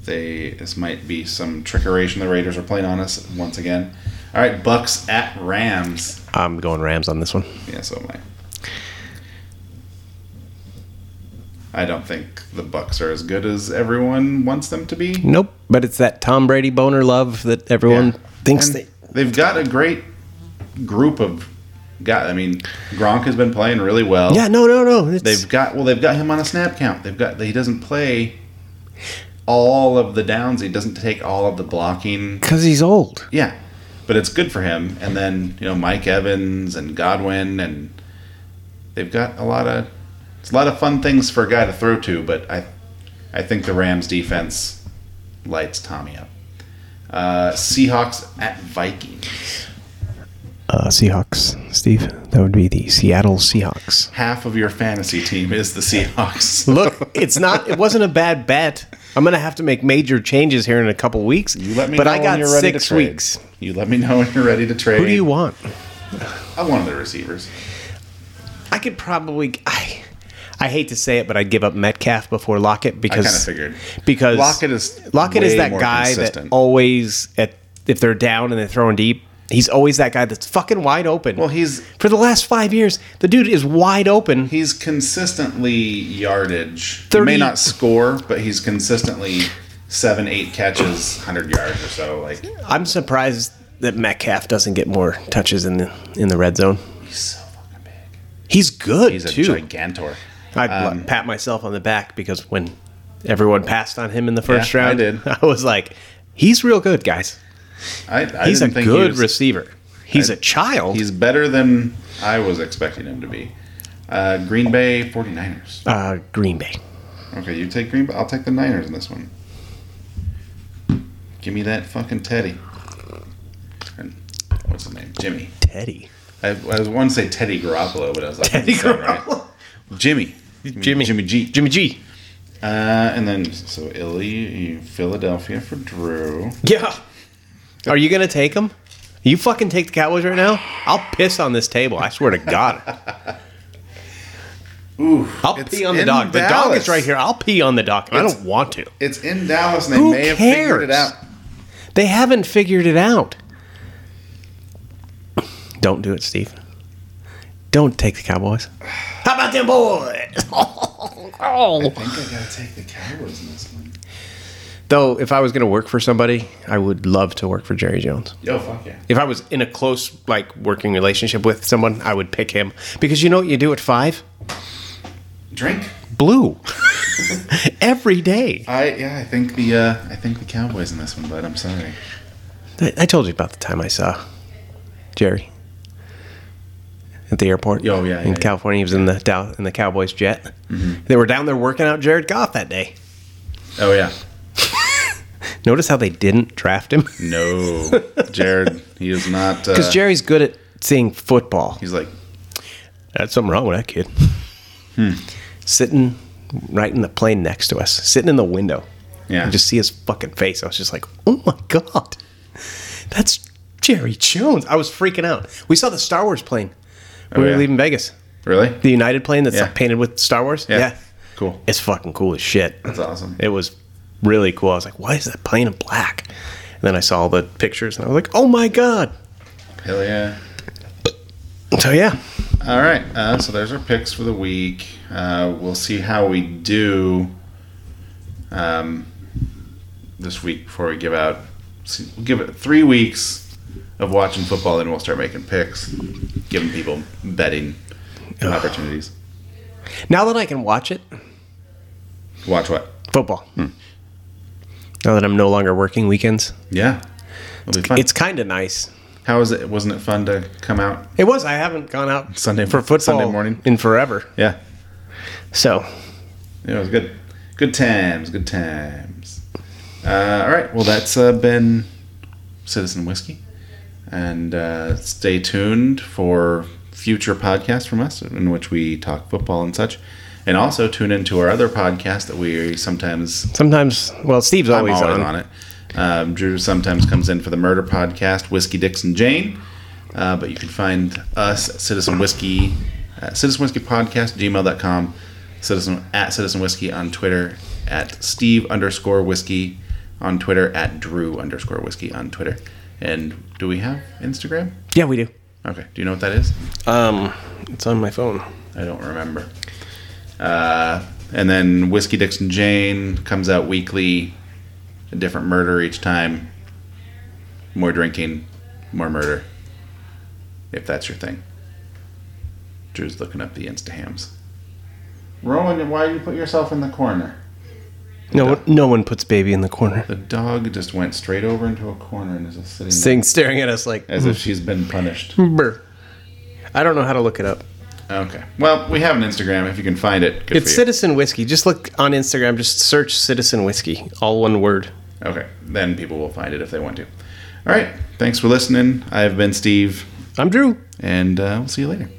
Speaker 2: They this might be some trickeration the Raiders are playing on us once again. All right, Bucks at Rams.
Speaker 1: I'm going Rams on this one.
Speaker 2: Yeah, so am I. I don't think the Bucks are as good as everyone wants them to be.
Speaker 1: Nope, but it's that Tom Brady boner love that everyone
Speaker 2: Yeah.
Speaker 1: thinks
Speaker 2: And
Speaker 1: they.
Speaker 2: they've got a great group of got. I mean, Gronk has been playing really well.
Speaker 1: Yeah, no, no, no. It's,
Speaker 2: They've got well. They've got him on a snap count. They've got. He doesn't play all of the downs. He doesn't take all of the blocking.
Speaker 1: because he's old.
Speaker 2: Yeah, but it's good for him. And then you know Mike Evans and Godwin and they've got a lot of it's a lot of fun things for a guy to throw to. But I I think the Rams defense lights Tommy up. Uh, Seahawks at Vikings.
Speaker 1: Uh, Seahawks, Steve. That would be the Seattle Seahawks.
Speaker 2: Half of your fantasy team is the Seahawks.
Speaker 1: Look, it's not. It wasn't a bad bet. I'm gonna have to make major changes here in a couple weeks.
Speaker 2: You let me
Speaker 1: but
Speaker 2: know
Speaker 1: I got
Speaker 2: when you're ready
Speaker 1: six
Speaker 2: to trade.
Speaker 1: weeks.
Speaker 2: You let me know when you're ready to trade.
Speaker 1: Who do you want?
Speaker 2: I'm one of the receivers.
Speaker 1: I could probably. I, I hate to say it, but I'd give up Metcalf before Lockett because
Speaker 2: kinda figured.
Speaker 1: because
Speaker 2: Lockett is
Speaker 1: Lockett is
Speaker 2: way
Speaker 1: that
Speaker 2: more
Speaker 1: guy
Speaker 2: consistent.
Speaker 1: that always at if they're down and they're throwing deep, he's always that guy that's fucking wide open.
Speaker 2: Well, he's
Speaker 1: for the last five years, the dude is wide open.
Speaker 2: he's consistently yardage. He
Speaker 1: 30
Speaker 2: may not score, but he's consistently seven, eight catches, hundred yards or so. Like
Speaker 1: I'm surprised that Metcalf doesn't get more touches in the in the red zone.
Speaker 2: he's so fucking big.
Speaker 1: He's good
Speaker 2: He's a Um,
Speaker 1: too.
Speaker 2: gigantor.
Speaker 1: I'd pat myself on the back because when everyone passed on him in the first
Speaker 2: Yeah, I
Speaker 1: round,
Speaker 2: did.
Speaker 1: I was like, he's real good, guys.
Speaker 2: I, I
Speaker 1: He's a
Speaker 2: didn't think
Speaker 1: good
Speaker 2: he was-
Speaker 1: receiver. He's a child.
Speaker 2: He's better than I was expecting him to be. Uh, Green Bay 49ers.
Speaker 1: uh, Green Bay.
Speaker 2: Okay, you take Green Bay. I'll take the Niners in this one. Give me that fucking Teddy. And what's his name? Jimmy.
Speaker 1: Teddy.
Speaker 2: I, I was wanting to say Teddy Garoppolo, but I was like,
Speaker 1: Teddy
Speaker 2: that's not right.
Speaker 1: Garoppolo.
Speaker 2: Jimmy.
Speaker 1: Jimmy.
Speaker 2: Jimmy G.
Speaker 1: Jimmy G.
Speaker 2: Uh, and then, so Illy, Philadelphia for Drew.
Speaker 1: Yeah. Are you gonna take him? You fucking take the Cowboys right now? I'll piss on this table. I swear to God.
Speaker 2: Ooh,
Speaker 1: I'll
Speaker 2: It's
Speaker 1: pee on the
Speaker 2: in
Speaker 1: dog. The dog
Speaker 2: Dallas.
Speaker 1: is right here. I'll pee on the dog. I
Speaker 2: It's-
Speaker 1: don't want to.
Speaker 2: it's in Dallas, and they
Speaker 1: Who
Speaker 2: may have figured it
Speaker 1: cares?
Speaker 2: out.
Speaker 1: They haven't figured it out. Don't do it, Steve. Don't take the Cowboys. How about them boys? oh.
Speaker 2: I think I gotta take the Cowboys in this one.
Speaker 1: Though, if I was going to work for somebody, I would love to work for Jerry Jones.
Speaker 2: Yo, Oh, fuck yeah.
Speaker 1: If I was in a close, like, working relationship with someone, I would pick him. Because you know what you do at five?
Speaker 2: Drink.
Speaker 1: Blue. Every day.
Speaker 2: I yeah, I think the uh, I think the Cowboys in this one, but I'm sorry.
Speaker 1: I I told you about the time I saw Jerry at the airport.
Speaker 2: Oh, yeah,
Speaker 1: in
Speaker 2: yeah, Mm-hmm. yeah.
Speaker 1: California, he was in the Dow- in the Cowboys jet. They were down there working out Jared Goff that day.
Speaker 2: Oh yeah.
Speaker 1: Notice how they didn't draft him
Speaker 2: Uh. No, Jared, he is not.
Speaker 1: because
Speaker 2: uh,
Speaker 1: Jerry's good at seeing football.
Speaker 2: he's like
Speaker 1: That's something wrong with that kid.
Speaker 2: Hmm.
Speaker 1: Sitting right in the plane next to us, sitting in the window.
Speaker 2: yeah,
Speaker 1: I just see his fucking face. I was just like, oh my God. That's Jerry Jones. I was freaking out. We saw the Star Wars plane. We
Speaker 2: Oh,
Speaker 1: were
Speaker 2: yeah.
Speaker 1: leaving Vegas.
Speaker 2: really.
Speaker 1: The United plane that's
Speaker 2: Yeah.
Speaker 1: like painted with Star Wars.
Speaker 2: Yeah. Cool.
Speaker 1: It's fucking cool as shit.
Speaker 2: That's awesome.
Speaker 1: It was really cool. I was like, why is that plane in black? And then I saw all the pictures and I was like, oh my God.
Speaker 2: Hell yeah.
Speaker 1: So yeah.
Speaker 2: All right. Uh, so there's our picks for the week. Uh, we'll see how we do um, this week before we give out. see- We'll give it three weeks of watching football, then we'll start making picks, giving people betting opportunities.
Speaker 1: Now that I can watch it,
Speaker 2: Watch what?
Speaker 1: football. Now that I'm no longer working weekends,
Speaker 2: Yeah. It'll be fun.
Speaker 1: it's kind of nice.
Speaker 2: how is it? Wasn't it fun to come out?
Speaker 1: It was. I haven't gone out
Speaker 2: Sunday-
Speaker 1: for football
Speaker 2: Sunday morning?
Speaker 1: in forever.
Speaker 2: Yeah.
Speaker 1: So
Speaker 2: Yeah, it was good. Good times. Good times. Uh, all right. Well, that's uh, been Citizen Whiskey, and uh, stay tuned for future podcasts from us in which we talk football and such, and also tune into our other podcast that we sometimes
Speaker 1: sometimes, well, Steve's
Speaker 2: I'm
Speaker 1: always,
Speaker 2: always
Speaker 1: on.
Speaker 2: on, it. Um, Drew sometimes comes in for the murder podcast, Whiskey Dixon Jane. Uh, but you can find us at Citizen Whiskey, uh, Citizen Whiskey Podcast, gmail.com, Citizen, at Citizen Whiskey on Twitter, at Steve underscore Whiskey on Twitter, at Drew underscore Whiskey on Twitter. And do we have Instagram?
Speaker 1: Yeah, we do.
Speaker 2: Okay. Do you know what that is?
Speaker 1: Um, it's on my phone.
Speaker 2: I don't remember. Uh, and then Whiskey Dixon Jane comes out weekly, a different murder each time. More drinking, more murder. If that's your thing. Drew's looking up the Instahams. Rowan, why you put yourself in the corner?
Speaker 1: No, no one puts baby in the corner.
Speaker 2: The dog just went straight over into a corner and is just sitting
Speaker 1: Thing staring at us like,
Speaker 2: there as if she's been punished.
Speaker 1: brr. I don't know how to look it up.
Speaker 2: Okay. Well, we have an Instagram if you can find it. Good
Speaker 1: It's
Speaker 2: for you.
Speaker 1: Citizen Whiskey. Just look on Instagram. Just search Citizen Whiskey, all one word.
Speaker 2: okay. Then people will find it if they want to. All right. Thanks for listening. I've been Steve,
Speaker 1: I'm Drew.
Speaker 2: and uh, we'll see you later.